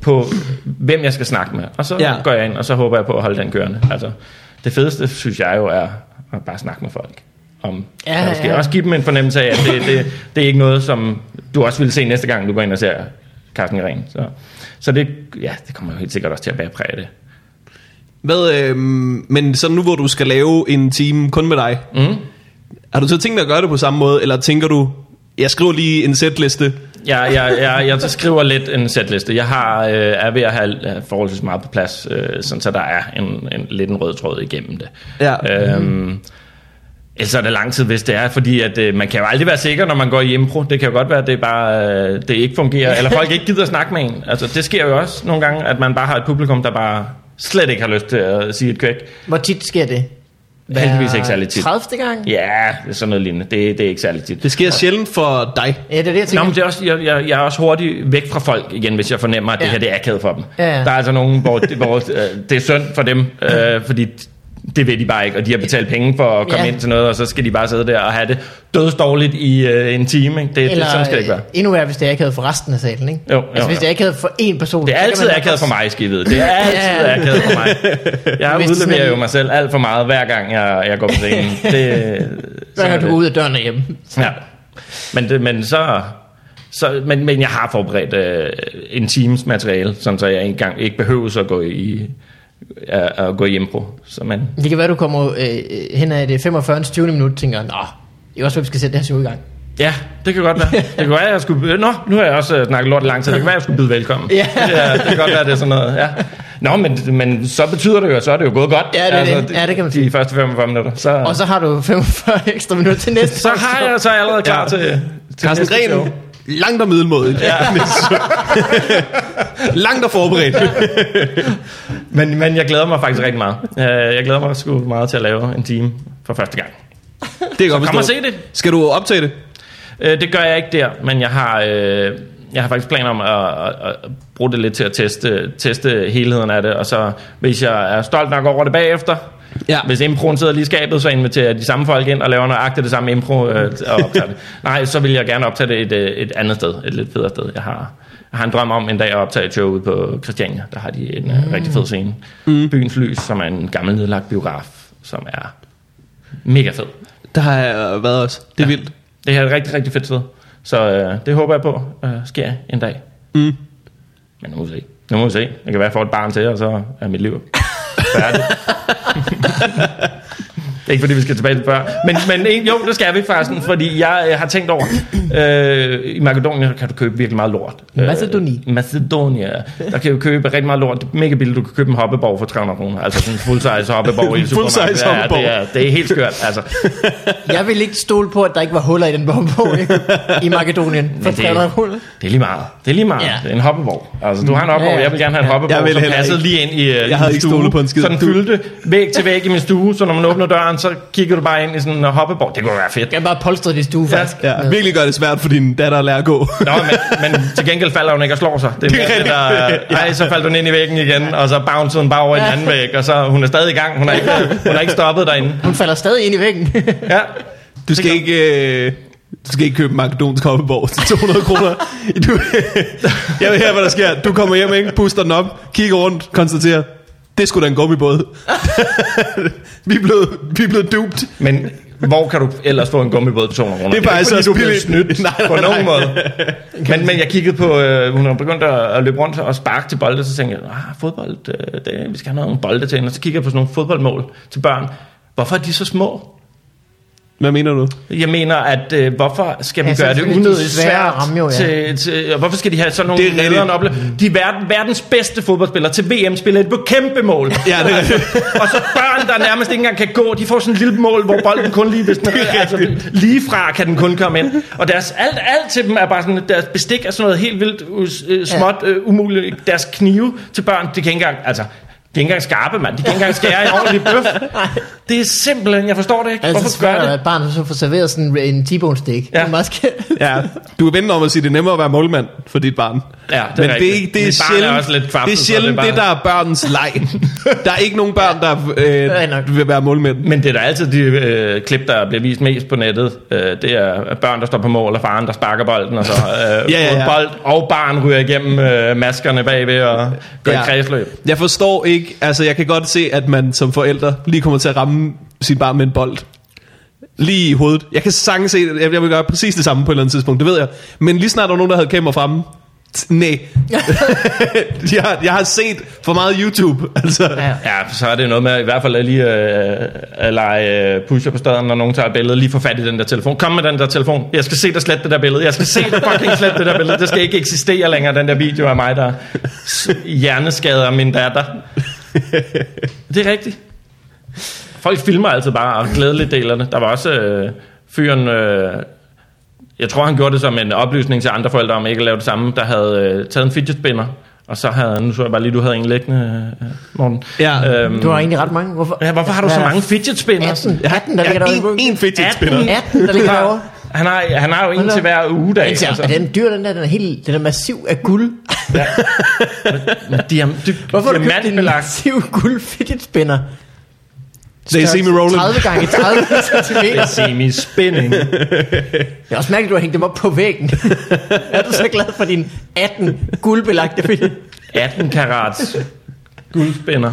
B: på, hvem jeg skal snakke med. Og så
C: Ja.
B: ja. går jeg ind, og så håber jeg på at holde den kørende. Altså, det fedeste, synes jeg jo, er at bare snakke med folk. Om,
A: Ja,
B: ja, måske
A: ja.
B: ja. også give dem en fornemmelse af, at det, det, det er ikke noget, som du også vil se næste gang, du går ind og ser Carsten Gren. Så, så det, ja, det kommer jo helt sikkert også til at bære præg af det.
C: Hvad, øh, men så nu hvor du skal lave en time kun med dig, mm. har du så tænkt dig at gøre det på samme måde, eller tænker du, jeg skriver lige en sætliste,
B: Jeg, jeg, jeg, jeg skriver lidt en sætliste. Jeg har, øh, er ved at have øh, forholdsvis meget på plads, øh, sådan, så der er en, en, lidt en rød tråd igennem det.
C: Ja.
B: Øhm, Ellers er det lang tid, hvis det er, fordi at, øh, man kan jo aldrig være sikker, når man går i impro. Det kan jo godt være, at det bare øh, det ikke fungerer, eller folk ikke gider at snakke med en. Altså, det sker jo også nogle gange, at man bare har et publikum, der bare slet ikke har lyst til at sige et kvæk.
A: Hvor tit sker det? Hver
B: Heldigvis ikke særlig tit.
A: 30. gang?
B: Ja, det er sådan noget lignende. Det, det er ikke særlig tit.
C: Det sker sjældent for dig.
A: Ja, det er det, jeg
B: Nå,
A: tænker.
B: men det er også, jeg, jeg, jeg er også hurtigt væk fra folk igen, hvis jeg fornemmer, at det
A: Ja.
B: her det er akavet for dem.
A: Ja, ja.
B: Der er altså nogen, hvor, det, hvor øh, det er synd for dem, øh, fordi det ved de bare ikke, og de har betalt penge for at komme
A: Ja.
B: ja. ind til noget, og så skal de bare sidde der og have det dødsdårligt i øh, en time. Ikke? Det, Eller, det, sådan skal det ikke være.
A: øh, endnu værre, hvis det er akavet for resten af salen, ikke?
B: Jo, jo,
A: altså, hvis
B: jo.
A: det er akavet for én person.
B: Det er
A: så kan
B: altid
A: man nok
B: akavet
A: også-
B: for mig, skal I vide. Det er altid
A: Ja.
B: akavet for mig. Jeg
A: Hvis det sådan
B: udleverer
A: er-
B: jo mig selv alt for meget, hver gang jeg, jeg går på scenen. Det,
A: Hver
B: sådan er
A: gang du
B: det.
A: går ud af døren og hjemme.
B: Ja. Men, det, men så... Så, men, men jeg har forberedt øh, en times materiale, sådan så jeg engang ikke behøver at gå i at, at gå i impro. Så man,
A: Det kan være, du kommer øh, hen af det 45. 20. minut, tænker, nå, det er også, hvem skal sætte det her show i gang.
B: ja, det kan godt være. Det kan være, at jeg skulle... Nå, nu har jeg også øh, snakket lort i lang tid. Det kan være, at jeg skulle byde velkommen.
A: Ja.
B: ja det kan godt være, det er sådan noget. Ja. Nå, men, men så betyder det jo, at så er det jo gået godt. Altså,
A: Ja, det er det. Ja, det kan man sige.
B: De første 45 minutter. Så,
A: Og så har du 45 ekstra minutter til næste
B: så har jeg så er jeg allerede klar ja. til, til
C: Carsten
B: næste show.
C: Gren langt og middelmådigt. Ja. langt og forberedt.
B: Men, men jeg glæder mig faktisk rigtig meget. Øh, Jeg glæder mig sgu meget til at lave en time for første gang.
C: Det er godt
B: Kom og
C: forstå.
B: se det.
C: Skal du optage det?
B: Øh, Det gør jeg ikke der, men jeg har, øh, jeg har faktisk planer om at, at, at bruge det lidt til at teste, teste helheden af det. Og så, hvis jeg er stolt nok over det bagefter,
C: Ja.
B: hvis improen sidder lige i skabet, så inviterer jeg de samme folk ind og laver nøjagtigt det samme impro øh, og optager det. Nej, så vil jeg gerne optage det et, øh, et andet sted, et lidt federe sted. Jeg har, jeg har en drøm om en dag at optage et show ude på Christiania. Der har de en mm. rigtig fed scene. Mm. Byens Lys, som er en gammel nedlagt biograf, som er mega fed.
C: Der har jeg været også. Det er ja. vildt.
B: Det her er et rigtig, rigtig fedt sted. Så øh, det håber jeg på øh, sker en dag.
C: Mm.
B: Men nu må vi se. Nu må vi se. Det kan være, at jeg får et barn til, og så er mit liv færdigt. Det er ikke fordi, vi skal tilbage til før. Men, men en- jo, det skal vi faktisk, fordi jeg øh, har tænkt over, øh, i Makedonien kan du købe virkelig meget lort. Øh,
A: Macedoni.
B: Macedonia. Der kan du købe rigtig meget lort. Det er mega billigt. Du kan købe en hoppeborg for 300 kroner. Altså sådan en full-size hoppeborg i
C: Full-size
B: supermarkedet. Ja,
C: hoppeborg.
B: det, er, det er helt skørt. Altså,
A: Jeg vil ikke stole på, at der ikke var huller i den bombe i Makedonien. For
B: Men det-
A: 300 huller.
B: Det er lige meget. Det er lige meget.
A: Ja.
B: Ja. Det er en hoppeborg. Altså, du har en hoppeborg.
A: Ja, ja.
B: Jeg vil gerne have en
A: Ja.
B: hoppeborg,
C: Jeg vil
B: som
C: heller
B: passede
C: ikke.
B: lige ind i Jeg
C: havde ikke stolet på en skid.
B: Så den
C: Du-
B: fyldte væg til væg i min stue, så når man åbner døren, så kigger du bare ind i sådan en hoppeborg. Det kunne være fedt.
A: Jeg har bare polstret det i stue,
B: Ja.
A: faktisk.
C: Ja. Virkelig gør det svært for din datter at lære at gå.
B: Nå, men, men til gengæld falder hun ikke og slår sig. Det er mere det, der, ej, så faldt hun ind i væggen igen, og så bouncer hun bare over i den anden væg, og så hun er stadig i gang. Hun har ikke, hun har ikke stoppet derinde.
A: Hun falder stadig ind i væggen.
B: Ja.
C: Du skal ikke... Øh, du skal ikke købe en makedonsk hoppeborg til 200 kroner. Du, jeg ved her, hvad der sker. Du kommer hjem, ikke? puster den op, kigger rundt, konstaterer, det skulle da en gummibåd. vi er blevet, vi er blevet duped.
B: Men hvor kan du ellers få en gummibåd til 200 kroner?
C: Det er faktisk
B: ikke,
C: også
B: fordi, du er blevet
C: billigt.
B: snydt nej,
C: Nej, nej,
B: nej, på nogen
C: nej.
B: måde. Men, men jeg kiggede på, øh, hun har begyndt at, at løbe rundt og sparke til bolde, så tænkte jeg, ah, fodbold, øh, det, vi skal have nogle bolde til hende. Og så kigger jeg på sådan nogle fodboldmål til børn. Hvorfor er de så små?
C: Hvad mener du?
B: Jeg mener, at øh, hvorfor skal vi
A: Ja,
B: ja,
A: så
B: gøre det
A: selvfølgelig, de er
B: unødigt
A: svære
B: svært?
A: at ramme jo, ja.
B: til, til, og hvorfor skal de have sådan nogle
C: Det er rigtigt.
B: nederen ople- De er verden, verdens bedste fodboldspillere til VM-spillere. Det blev kæmpe mål.
C: Ja, det er
B: Og så børn, der nærmest ikke engang kan gå, de får sådan et lille mål, hvor bolden kun lige, hvis den, altså, lige fra kan den kun komme ind. Og deres, alt, alt til dem er bare sådan, deres bestik er sådan noget helt vildt us- øh, småt, ja. øh, umuligt. Deres knive til børn, de kan ikke engang, altså, de kan ikke engang skarpe, mand. De kan ikke engang skære en ordentlig bøf. Det er simpelthen, jeg forstår det ikke.
A: Altså,
B: Hvorfor gør det?
A: at barnet så får serveret sådan en T-bone steak. Ja. Det er meget skært.
C: Ja, du er vendt om at sige, det er nemmere at være målmand for dit barn.
B: Ja, det er
C: Men det
B: rigtigt.
C: er, ikke, det er
B: Mit barn er
C: sjældent,
B: også lidt kvapset,
C: det, er
B: så
C: sjældent
B: det
C: det,
B: er bare-
C: der er børnens leg. Der er ikke nogen børn, der
A: er nok.
C: øh, vil være målmænd.
B: Men det er da altid de øh, klip, der bliver vist mest på nettet. Øh, det er børn, der står på mål, og faren, der sparker bolden, og så øh,
C: Ja,
B: ja,
C: ja,
B: ja,
C: ja.
B: bold og barn ryger igennem øh, maskerne bagved og går ja. i kredsløb.
C: Jeg forstår ikke, altså jeg kan godt se, at man som forældre lige kommer til at ramme sin barn med en bold. Lige i hovedet. Jeg kan sagtens se, at jeg vil gøre præcis det samme på et eller andet tidspunkt, det ved jeg. Men lige snart der var nogen, der havde kamera fremme, t- nej. jeg, har- jeg har set for meget YouTube, altså.
A: Ja.
B: Ja, så er det noget med i hvert fald at lige øh, at lege øh, pusher på staden, når nogen tager et billede, lige få fat i den der telefon. Kom med den der telefon. Jeg skal se dig slet det der billede. Jeg skal se dig fucking slet det der billede. Det skal ikke eksistere længere, den der video af mig, der s- hjerneskader min datter. Det er rigtigt. Folk filmer altid bare og glædeligt delerne. Der var også øh, fyren... Øh, jeg tror, han gjorde det som en oplysning til andre forældre om ikke at lave det samme, der havde øh, taget en fidget spinner. Og så havde, nu så jeg bare lige, du havde en liggende, øh, Morten.
C: Ja.
B: Øhm,
A: Du har egentlig ret mange. Hvorfor,
B: ja, hvorfor har du så mange fidget spinners?
A: 18, 18 der
C: jeg
A: ligger
C: har en,
A: derovre.
C: en fidget
B: 18.
C: spinner.
A: 18, der ligger
B: Ja.
A: derovre.
B: Han har, han har jo en
A: Hold
B: til
A: op.
B: hver ugedag.
A: Den, ser, er den dyr, den der? Den er, helt, den er massiv af guld.
B: Diam, du,
A: Hvorfor har du købt en
B: diamantbelagt.
A: massiv guld fidget spinner?
C: They see me rolling.
A: 30 gange 30 centimeter.
B: Altså. Semi-spinning.
A: Det er også mærkeligt, at du har hængt dem op på væggen. er du så glad for din 18 guldbelagte fidget?
B: 18 karats guldspænder.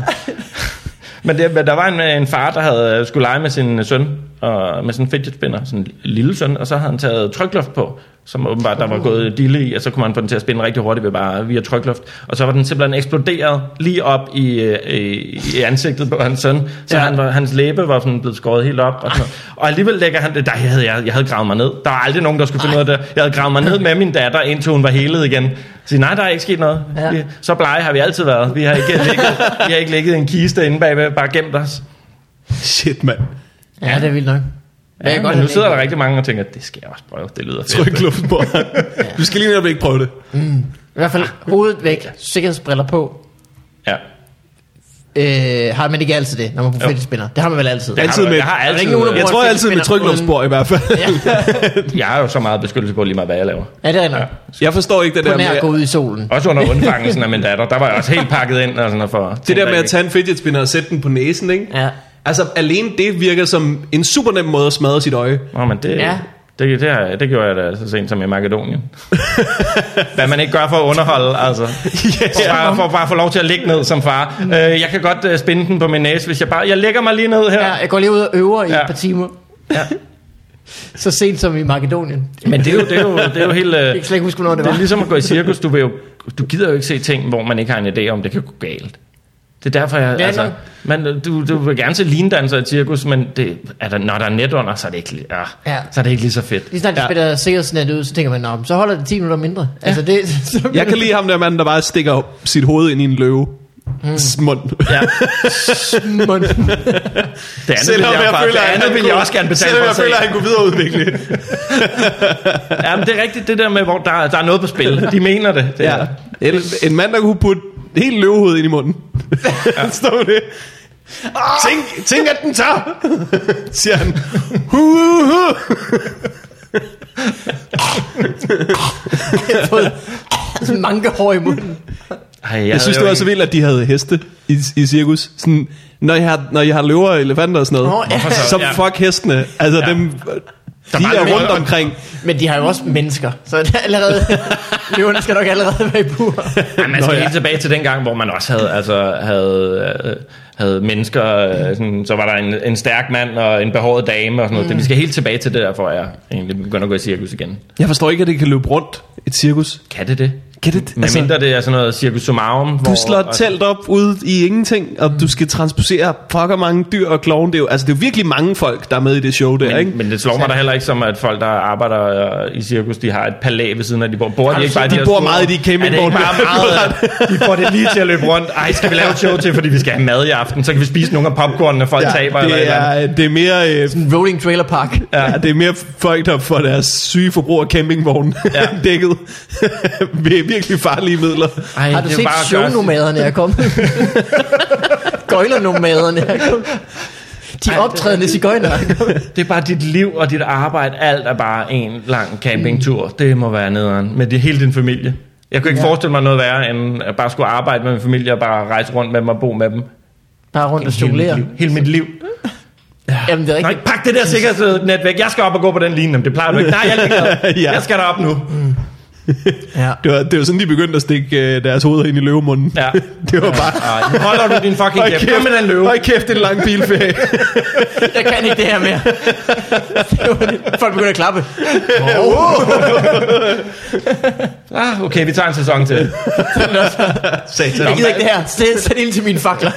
B: Men, det, men der var en, en far, der havde øh, skulle lege med sin øh, søn, og med sådan en fidget spinner, sådan en lille søn, og så havde han taget trykluft på, som åbenbart der var gået dille i, og så kunne man få den til at spinde rigtig hurtigt ved bare via trykluft. Og så var den simpelthen eksploderet lige op i, øh, i, i ansigtet på hans søn, så
C: Ja.
B: ja. han, var- hans læbe var sådan blevet skåret helt op. Og, sådan noget. og alligevel lægger han det, der havde jeg, jeg havde gravet mig ned. Der var aldrig nogen, der skulle finde ud af det. Jeg havde gravet mig ned med min datter, indtil hun var helet igen. Så nej, der er ikke sket noget.
A: Ja.
B: Vi, så blege har vi altid været. Vi har ikke ligget, vi har ikke ligget i en kiste inde bagved, bare gemt os.
C: Shit, mand.
A: Ja, det er vildt nok. jeg
B: Ja,
A: godt
B: men nu
A: have
B: sidder der
A: tænkt.
B: rigtig mange og tænker, det skal jeg også prøve, det lyder fedt.
C: Tryk luften på. Du skal lige netop ikke prøve det.
A: I hvert fald hovedet væk, sikkerhedsbriller på.
B: Ja.
A: Øh, har man ikke altid det, når man er profilspiller? Det har man vel altid.
B: Det
C: Altid
B: har,
C: med-
B: jeg, har
A: Er der
B: altid,
A: ikke nogen, der
B: jeg,
C: Jeg
A: bruger-
C: tror altid med trykluftsbord i hvert fald.
A: Ja,
B: jeg har jo så meget beskyttelse på lige meget, hvad jeg laver.
A: ja det er rigtigt.
B: Ja.
A: nok.
C: Jeg forstår ikke det
A: På
C: der
A: nær at gå
C: med...
A: ud i solen.
B: Også under undfangelsen af min datter, der var jeg også helt pakket ind. Og sådan noget for
C: Det der med at tage en fidget spinner og sætte den på næsen, ikke?
A: Ja.
C: Altså, alene det virker som en super nem måde at smadre sit øje.
B: Nå, men det,
A: Ja.
B: ja. det, det, har, det gjorde jeg da så sent som i Makedonien. Hvad man ikke gør for at underholde, altså. For bare, for bare at få lov til at ligge ned som far. Øh, jeg kan godt øh, spænde den på min næse, hvis jeg bare... Jeg lægger mig lige ned her.
A: ja, jeg går lige ud og øver i
B: Ja.
A: et par timer.
B: Ja.
A: Så sent som i Makedonien.
B: Men det er jo, det er jo, det er jo helt...
A: Jeg
B: Øh,
A: kan slet ikke huske, hvornår det
B: Det
A: var.
B: er ligesom at gå i cirkus. Du, vil jo, du gider jo ikke se ting, hvor man ikke har en idé om, det kan gå galt. Det er derfor, jeg...
A: Ja,
B: Ja, altså,
A: nok.
B: man, du, du vil gerne se lindanser i et cirkus, men det, er der, når der er net under, så er det ikke, lige- ah,
A: Ja.
B: ja. så er det ikke lige så fedt.
A: Lige snart de
C: Ja.
A: spiller sikkerhedsnet ud, så tænker man, "Nå, men så holder det 10 minutter mindre. Ja. Altså det, så
C: Jeg kan lide ham der mand, der bare stikker sit hoved ind i en løve. Mm. Mund.
B: Hmm. Ja.
A: man,
B: Det andet, Selvom jeg, jeg, føler, det andet vil jeg også gerne betale
C: Selvom
B: for
C: jeg
B: at se.
C: føler, at han kunne videreudvikle.
B: Ja, men det er rigtigt det der med, hvor der, der er noget på spil. De mener det. det
C: ja.
B: er-
C: Eller En mand, der kunne putte helt løvehovedet ind i munden. Ja. Står det.
B: Ah!
C: Tænk, tænk, at den tager, siger han. Hu, hu, hu.
A: har fået sådan mange hår i munden.
B: Ej, jeg,
C: Jeg synes, det var så vildt, at de havde heste i, i cirkus. Sådan, når, I har, når I har løver og elefanter og sådan noget,
A: Nå, ja. Hvorfor
B: så?
C: så
B: Ja.
C: fuck hestene. Altså,
B: Ja.
C: ja. dem, de
B: var
C: er
B: løver.
C: rundt omkring.
A: Men de har jo også mennesker, så det er allerede, løverne skal nok allerede være i bur.
B: Ja, man skal
C: Nå, ja.
B: altså, helt tilbage til den gang, hvor man også havde, altså, havde, øh, havde mennesker, øh, sådan, så var der en, en stærk mand og en behåret dame og sådan noget. Mm. Vi skal helt tilbage til det der, for jeg egentlig begynder at gå i cirkus igen.
C: Jeg forstår ikke, at det kan løbe rundt et cirkus.
B: Kan det det?
C: Kan det?
B: Men altså, mindre det er sådan noget cirkus summarum.
C: Du slår et telt op ude i ingenting, og du skal transportere fucker mange dyr og klovne. Det er jo, altså, det er jo virkelig mange folk, der er med i det show der, ikke?
B: Men, men det slår mig da heller ikke som, at folk, der arbejder øh, i cirkus, de har et palæ ved siden af, de bor. Bor de ikke bare
C: de
B: her
C: bor
B: store-
C: meget i de
B: Er det ikke
C: campingvogne?
B: bare meget, de får det lige til at løbe rundt. Ej, skal vi lave et show til, fordi vi skal have mad i aften, så kan vi spise nogle af popcornene, folk ja, taber eller et
C: det,
B: eller andet.
C: er, det er mere... Øh,
A: En rolling trailer park.
C: Ja, det er mere folk, der får deres syge forbrug af campingvognen ja. dækket ved virkelig farlige midler.
B: Ej,
A: Har du
B: det er
A: set
B: bare at gøre-
A: shownomaderne er kommet? Gøjlernomaderne er kommet. De optrædende cigøjner. er kommet.
B: Det er bare dit liv og dit arbejde, alt er bare en lang campingtur. Det må være nederen med det, hele din familie. Jeg kunne ikke ja. forestille mig noget værre, end at bare skulle arbejde med min familie og bare rejse rundt med dem og bo med dem.
A: Bare rundt og
B: Hele mit
A: chokolere.
B: liv. Hele mit liv.
A: Jamen det er
B: Nej,
A: rigtigt.
B: pak det der sikkerhedsnet væk. Jeg skal op og gå på den linje. Jamen, Det plejer du ikke. Nej, jeg er ligeglad.
C: Ja.
B: Jeg skal derop nu.
A: Ja.
C: Det var, det var sådan, de begyndte at stikke øh, deres hoveder ind i løvemunden.
B: Ja.
C: Det var bare...
B: Ej, nu holder du din fucking
C: Hold
B: kæft. Kom med den løve.
C: Hold kæft, det er en lang bilferie.
A: Jeg kan ikke det her mere. Folk begynder at klappe.
B: Ah, okay, vi tager en sæson til. Satan.
A: Jeg gider ikke det her. Sæt, sæt ild til mine fakler.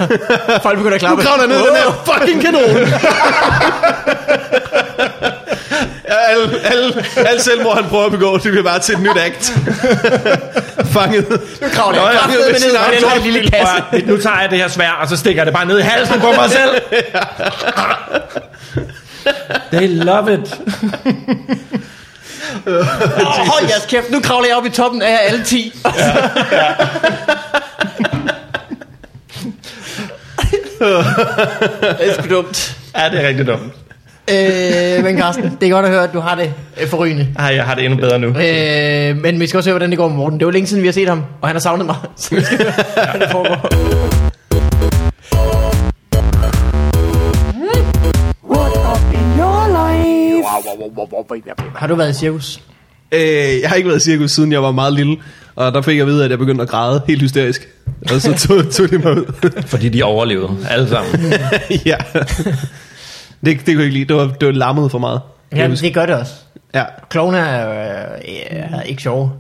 A: Folk begynder at
C: Du
A: klappe.
C: kravler ned i den her fucking kanon. Ja, Alle al, al selvmord, han prøver at begå, det bliver bare til et nyt akt. Fanget.
A: Nu kravler jeg kraftedeme ned i den her lille kasse.
B: Prøv, at- nu tager jeg det her svær, og så stikker jeg det bare ned i halsen på mig selv. They love it.
A: Åh, hold jeres kæft. Nu kravler jeg op i toppen af alle 10. Det er sgu dumt.
B: Ja, det er rigtig dumt.
A: Øh, men Carsten, det er godt at høre, at du har det øh, forrygende.
B: Ej, jeg har det endnu bedre nu.
A: Øh, men vi skal også høre, hvordan det går med Morten. Det er jo længe siden, vi har set ham, og han har savnet mig. Så vi skal høre, hvordan det foregår.
D: What up in your life?
A: Har du været i cirkus?
C: Øh, jeg har ikke været i cirkus, siden jeg var meget lille. Og der fik jeg at vide, at jeg begyndte at græde helt hysterisk. Og så tog, tog det mig ud.
B: Fordi de overlevede, alle sammen.
C: ja. Det, det kunne jeg ikke lide. Det var, det var lammet for meget. kan jeg
A: Ja,
C: huske.
A: det gør det også.
C: ja.
A: Klovne er øh, ja, ikke sjove.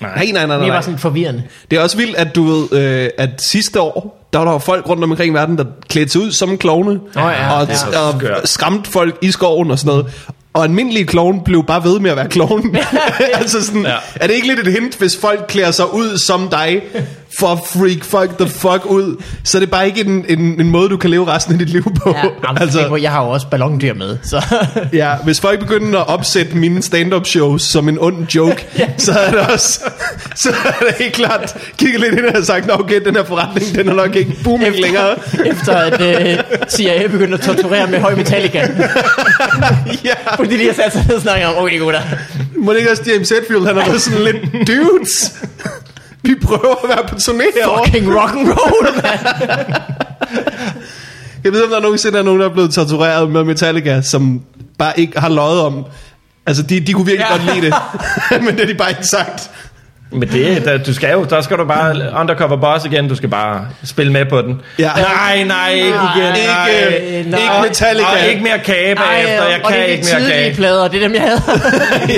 C: Nej, nej, nej,
A: Det
C: nej.
A: er bare
C: nej.
A: sådan forvirrende.
C: Det er også vildt, at du ved, øh, at sidste år, der var der jo folk rundt omkring i verden, der klædte sig ud som klovne.
A: ja,
C: og,
A: det er
B: så
C: og
B: skørt.
C: skræmte folk i skoven og sådan noget. Og almindelige klovne blev bare ved med at være klovne. altså sådan,
B: Ja.
C: ja. er det ikke lidt et hint, hvis folk klæder sig ud som dig, for freak, fuck the fuck ud. Så det er bare ikke en, en, en måde, du kan leve resten af dit liv på.
A: Ja, altså, jeg har jo også ballondyr med, så
C: Ja, hvis folk begynder at opsætte mine stand-up shows som en ond joke, ja. så er det også, så er det helt klart kigget lidt ind og sagt, "Nå, okay, den her forretning, den er nok ikke booming længere.
A: efter at øh, CIA begyndte at torturere med høj Metallica.
C: ja.
A: Fordi de lige har sat sig ned og snakket om, okay gutter,
C: Må det ikke også James Hetfield, han har været sådan lidt, dudes, vi prøver at være på turné herovre.
A: fucking rock'n'roll, mand.
C: Jeg ved, om der nogensinde er nogen, der er blevet tortureret med Metallica, som bare ikke har løjet om, altså de, de kunne virkelig
A: Ja.
C: ja. godt lide det, men det har de bare ikke sagt.
B: Men det, der, du skal jo, der skal du bare undercover boss igen, du skal bare spille med på den.
C: Ja.
B: Nej, nej, ikke igen.
A: Nej,
C: Ikke,
A: nej.
C: ikke Metallica.
B: Og ikke mere kage bagefter, jeg
A: og det
B: kan
A: er de
B: ikke mere
A: tidlige
B: kage.
A: plader, det er dem, jeg havde.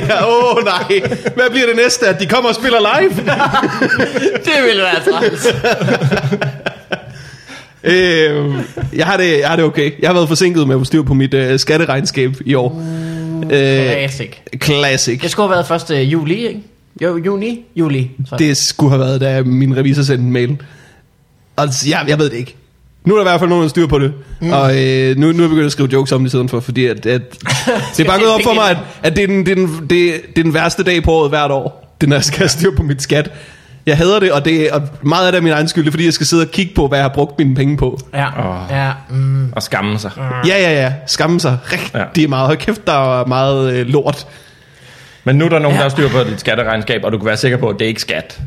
C: Ja, åh oh, nej. Hvad bliver det næste, at de kommer og spiller live?
A: det ville være træls.
C: øh, jeg, har det, jeg har det okay. Jeg har været forsinket med at få styr på mit øh, skatteregnskab i år. Øh,
A: Classic.
C: classic.
A: Det skulle have været 1. juli, ikke? Jo, juni? Juli. Så. Det.
C: Det skulle have været, da min revisor sendte en mail. Altså, jeg, jeg ved det ikke. Nu er der i hvert fald nogen, der styrer på det. Mm. Og øh, nu, nu er jeg begyndt at skrive jokes om det i stedet for, fordi at, at det er bare gået op for mig, at, at det, er den, det, er den, det, er- det er den værste dag på året hvert år. Det er, når jeg skal have styr på mit skat. Jeg hader det, og, det, og meget af det er min egen skyld, det er, fordi jeg skal sidde og kigge på, hvad jeg har brugt mine penge på.
A: Ja.
B: Åh.
A: Oh. ja. Mm.
B: Og skamme sig.
C: Ja, ja, ja. Skamme sig rigtig ja. meget. Hold kæft, der er meget øh, lort.
B: Men nu er der nogen,
A: Ja.
B: der har styr på dit skatteregnskab, og du kan være sikker på, at det er ikke skat.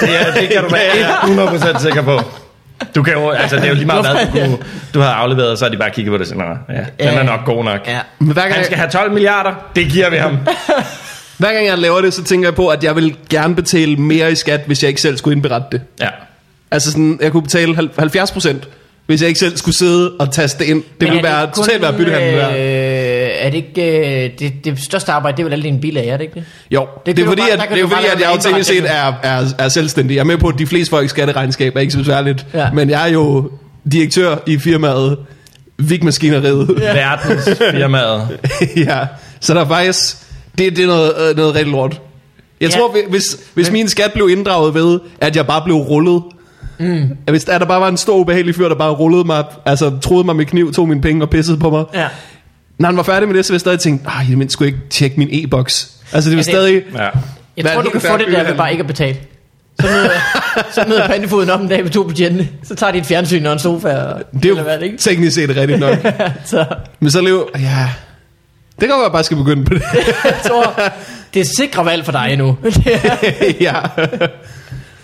B: Det, er, det kan du være 100% sikker på. Du kan jo, altså det er jo lige meget, hvad du, kunne- du havde afleveret, og så har de bare kigget på det sådan, "Nå, ja, den
A: Ja.
B: er nok god nok.
A: ja.
C: Men hver gang,
B: Han skal have 12 milliarder, det giver vi ham.
C: hver gang jeg laver det, så tænker jeg på, at jeg vil gerne betale mere i skat, hvis jeg ikke selv skulle indberette det.
B: Ja.
C: Altså sådan, jeg kunne betale hal- 70 procent, hvis jeg ikke selv skulle sidde og taste det ind. Det
A: Men
C: ville
A: er
C: være
A: ikke
C: totalt være byttehandel.
A: Øh,
C: Øh,
A: er det ikke... Øh, det, det største arbejde, det er vel alle dine biler, er det ikke det?
C: jo,
A: kan
C: det, det er
A: du
C: fordi,
A: bare-
C: at,
A: der kan
C: det er
A: du bare
C: fordi,
A: lade
C: at
A: være
C: jeg jo
A: med at
C: teknisk set
A: indberette
C: er, er, er selvstændig. Jeg er med på, at de fleste folks skatteregnskab er ikke så besværligt.
A: Ja.
C: Ja. Men jeg er jo direktør i firmaet Vigmaskineriet. Ja.
B: Verdensfirmaet.
C: ja, så der er faktisk, det, det er noget, øh, noget rigtig lort. Jeg
A: Ja.
C: ja. tror, hvis, hvis min skat blev inddraget ved, at jeg bare blev rullet, mm. hvis der, der bare var en stor ubehagelig fyr, der bare rullede mig, altså troede mig med kniv, tog mine penge og pissede på mig.
A: Ja.
C: Når han var færdig med det, så ville jeg stadig tænke, ah, i det mindste skulle jeg ikke tjekke min e-boks. Altså det var
A: Ja, det-
C: stadig,
B: Ja.
A: Jeg
C: Hvad er
A: tror,
C: det
A: du kan
C: helt
A: få det
C: fair
A: der ved
C: byttehandel?
A: bare ikke at betale. Så møder, så møder pandefoden op en dag med to betjente. Så tager de et fjernsyn og en sofa. Og
C: det er jo
A: eller hvad, ikke?
C: teknisk set rigtigt nok.
A: så
C: Men så lever, ja, det kan godt være, jeg bare skal begynde på det.
A: jeg tror, det er sikre valg for dig endnu.
C: ja.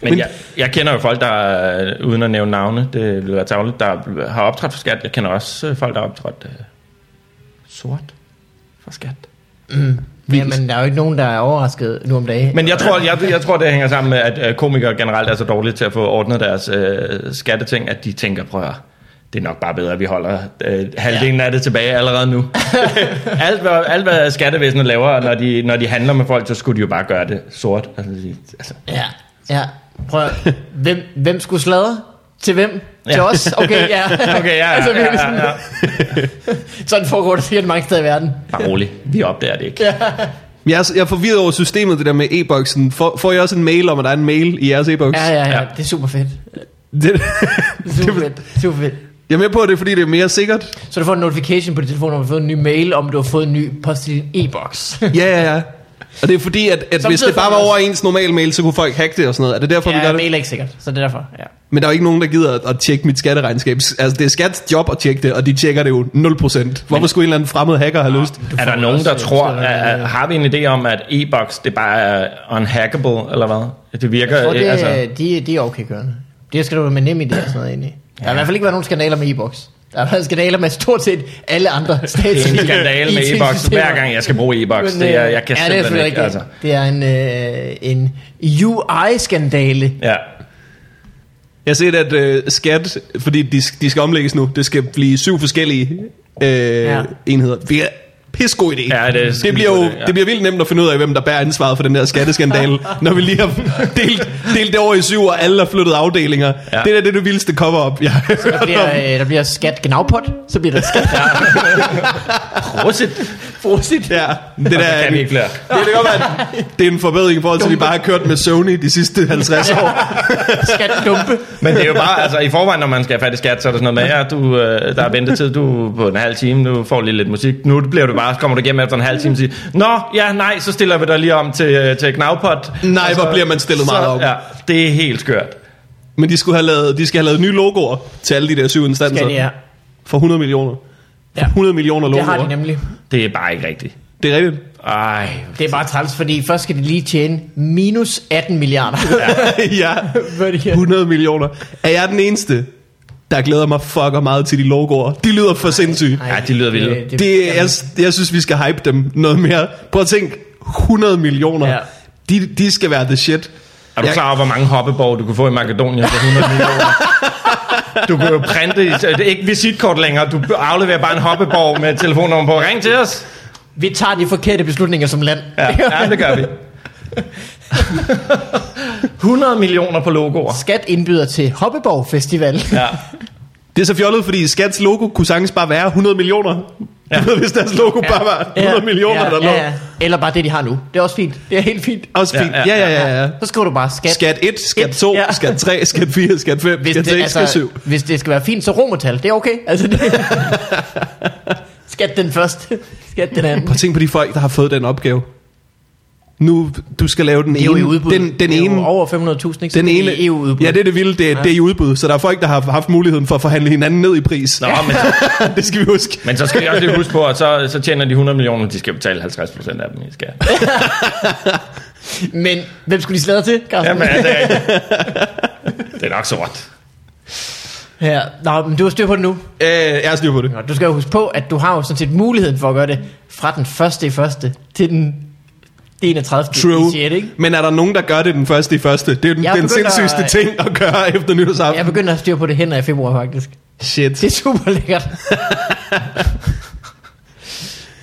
B: Men
C: Men-
B: jeg, jeg kender jo folk, der, øh, uden at nævne navne, det ville være tavlet, der har optrådt for skat. Jeg kender også øh, folk, der har optrådt øh, sort for skat.
A: Jamen, der er jo ikke nogen, der er overrasket nu om dagen.
B: Men jeg tror, jeg, jeg tror, det hænger sammen med, at øh, komikere generelt er så dårlige til at få ordnet deres øh, skatteting, at de tænker, prøv at høre, det er nok bare bedre, at vi holder øh, halvdelen ja. af det tilbage allerede nu. alt, hvad, alt, hvad skattevæsenet laver, når de, når de handler med folk, så skulle de jo bare gøre det sort. Altså, de- altså,
A: Ja, ja. Prøv at- hvem, hvem skulle sladre? Til hvem? Ja. Til
B: Ja.
A: os? Okay, ja.
B: okay, ja,
A: altså,
B: ja,
A: virkelig
B: ja,
A: sådan,
B: ja, ja.
A: sådan foregår det sikkert mange steder i verden.
B: Bare rolig, vi opdager det ikke.
C: Men Jeg er, jeg er forvirret over systemet, det der med e-boksen. Får, får jeg også en mail om, at der er en mail i jeres e-boks?
A: Ja, ja, ja.
B: Ja.
A: Det er super fedt.
C: Det,
A: Super
C: det,
A: fedt. Super fedt.
C: jeg er med på, at det er, fordi det er mere sikkert.
A: Så du får en notification på din telefon, om du har fået en ny mail, om du har fået en ny post i din e-boks.
C: Ja, ja, ja. Og det er fordi, at, at hvis
A: Samtidig
C: det bare
A: får
C: var
A: man
C: over ens normal mail, så kunne folk hacke det og sådan noget. Er det derfor, ja, vi
A: ja,
C: gør det?
A: mail er ikke sikkert, så det er derfor. Ja.
C: Men der er jo ikke nogen, der gider at, at tjekke mit skatteregnskab. Altså, det er skats job at tjekke det, og de tjekker det jo 0%. Hvorfor skulle en eller anden fremmed hacker have lyst?
B: Er der
A: får
B: nogen,
A: også,
B: der
A: øh,
B: tror,
A: sådan,
B: at,
A: øh,
B: at, har vi en idé om, at e-box, det bare er unhackable, eller hvad? Det virker,
A: Jeg tror, det,
B: øh, altså,
A: altså. de, de er okay kørende. Det skal du med nem idé og sådan noget ind i. Der har i hvert fald ikke været nogen skandaler med e-boks. Der har været skandaler med stort set alle andre
B: det er en
A: statslige
B: skandale med e-box,
A: IT-systemer.
B: hver gang jeg skal bruge e-box.
A: Men,
B: Det
C: øh,
B: er, jeg kan
A: ja, det er
B: simpelthen
A: selvfølgelig
B: ikke,
A: rigtigt.
B: altså.
A: Det er en, øh, en UI-skandale.
B: Ja.
C: Jeg har set, at øh, skat, fordi de, de skal omlægges nu, det skal blive syv forskellige øh,
A: Ja.
C: ja. enheder. Vi er pissegod idé.
B: Ja, det er
C: det, bliver jo,
B: skidegod idé,
C: det,
B: ja.
C: ja. det bliver vildt nemt at finde ud af, hvem der bærer ansvaret for den der skatteskandale, når vi lige har delt, delt det over i syv, og alle har flyttet afdelinger.
B: Ja.
C: Ja. Det der det er det vildeste cover-up, jeg har hørt
A: Der bliver,
C: om.
A: øh, der bliver skat gnavpot, så bliver der skat
B: Prosit.
A: prosit.
C: Ja, det der,
B: kan vi ikke flere.
C: Det, det, kan godt være, at det er en forbedring i forhold til, at vi bare har kørt med Sony de sidste 50 år.
A: Skat dumpe.
B: Men det er jo bare, altså i forvejen, når man skal have fat i skat, så er der sådan noget med, ja, du, øh, der er ventetid, du er på en halv time, du får lige lidt musik. Nu bliver du bare, så kommer du igennem efter en halv time og siger, Nå, ja, nej, så stiller vi dig lige om til, øh, til Knavpot.
C: Nej, hvor bliver man stillet meget op.
B: Ja, det er helt skørt.
C: Men de, skulle have lavet, de skal have lavet nye logoer til alle de der syv instanser.
B: Altså,
A: Skal de, ja.
C: For 100 millioner.
A: Ja.
C: 100 millioner
A: Det
C: logoer.
A: har de nemlig.
B: Det er bare ikke rigtigt.
C: Det er rigtigt.
B: Ej,
A: Det er bare træls, fordi først skal de lige tjene minus 18 milliarder.
C: ja,
A: Hvad de her-
C: 100 millioner. Er jeg den eneste, der glæder mig fucker meget til de logoer? De lyder for sindssyge.
A: Nej,
B: Ja, de lyder vilde.
A: det-
C: Det, altså- jeg, jeg synes, vi skal hype dem noget mere. Prøv at tænke, 100 millioner.
A: Ja.
C: Ja. De, de skal være the shit.
B: er du
C: Jeg-
B: klar over, hvor mange hoppeborg du kunne få i Makedonien for 100 millioner? Du kunne jo printe, det er ikke visitkort længere, du afleverer bare en hoppeborg med telefonnummer på. Ring til os.
A: Vi tager de forkerte beslutninger som land.
B: Ja, ja det gør vi. 100 millioner på logoer.
A: Skat indbyder til Hoppeborg Festival.
B: Ja.
C: Det er så fjollet, fordi Skats logo kunne sagtens bare være 100 millioner. Ja. Du ved, hvis deres logo ja. bare var 100 ja. millioner, ja. der lå. Ja, ja.
A: Eller bare det, de har nu. Det er også fint. Det er helt fint.
C: Også fint.
B: Ja,
C: Ja,
B: ja,
C: ja, ja. ja, ja.
A: Så skriver du bare skat.
C: Skat 1, skat
A: Et,
C: 2,
A: ja.
C: skat 3, skat 4, skat 5,
A: Hvis
C: skat 6,
A: det,
C: skat 7.
A: altså, hvis det skal være fint, så romertal. Det er okay. Altså, det... skat den første. Skat den anden.
C: Prøv at tænke på de folk, der har fået den opgave. Nu, du skal lave den
A: Det er jo i
C: ene.
A: udbud.
C: Den, den
A: det er jo
C: ene.
A: over 500.000, ikke? Så
C: Den
A: det er
C: ene.
A: i E EU-udbud.
C: Ja, det er det vilde. Det, er- det er i udbud. Så der er folk, der har haft muligheden for at forhandle hinanden ned i pris.
B: Nå, men,
C: det skal vi huske.
B: men så skal jeg også lige huske på, at så, så tjener de 100 millioner, de skal betale 50 procent af dem i skat.
A: Men hvem skulle de sladre til, Carsten?
B: Jamen,
C: altså-
B: er det er rigtigt. Det er nok sort.
A: Ja. Nå, men du har styr på det nu.
C: Øh, jeg har styr på det.
A: Nå, du skal jo huske på, at du har jo sådan set muligheden for at gøre det fra den første i første til den 31.
C: True.
A: i 6., ikke?
C: Men er der nogen, der gør det den første i første? Det er jo den,
A: Jeg
C: den
A: begynder-
C: sindssygste ting at gøre efter nytårsaften.
A: Jeg begynder at styre på det hen i februar, faktisk.
C: Shit.
A: Det er super lækkert.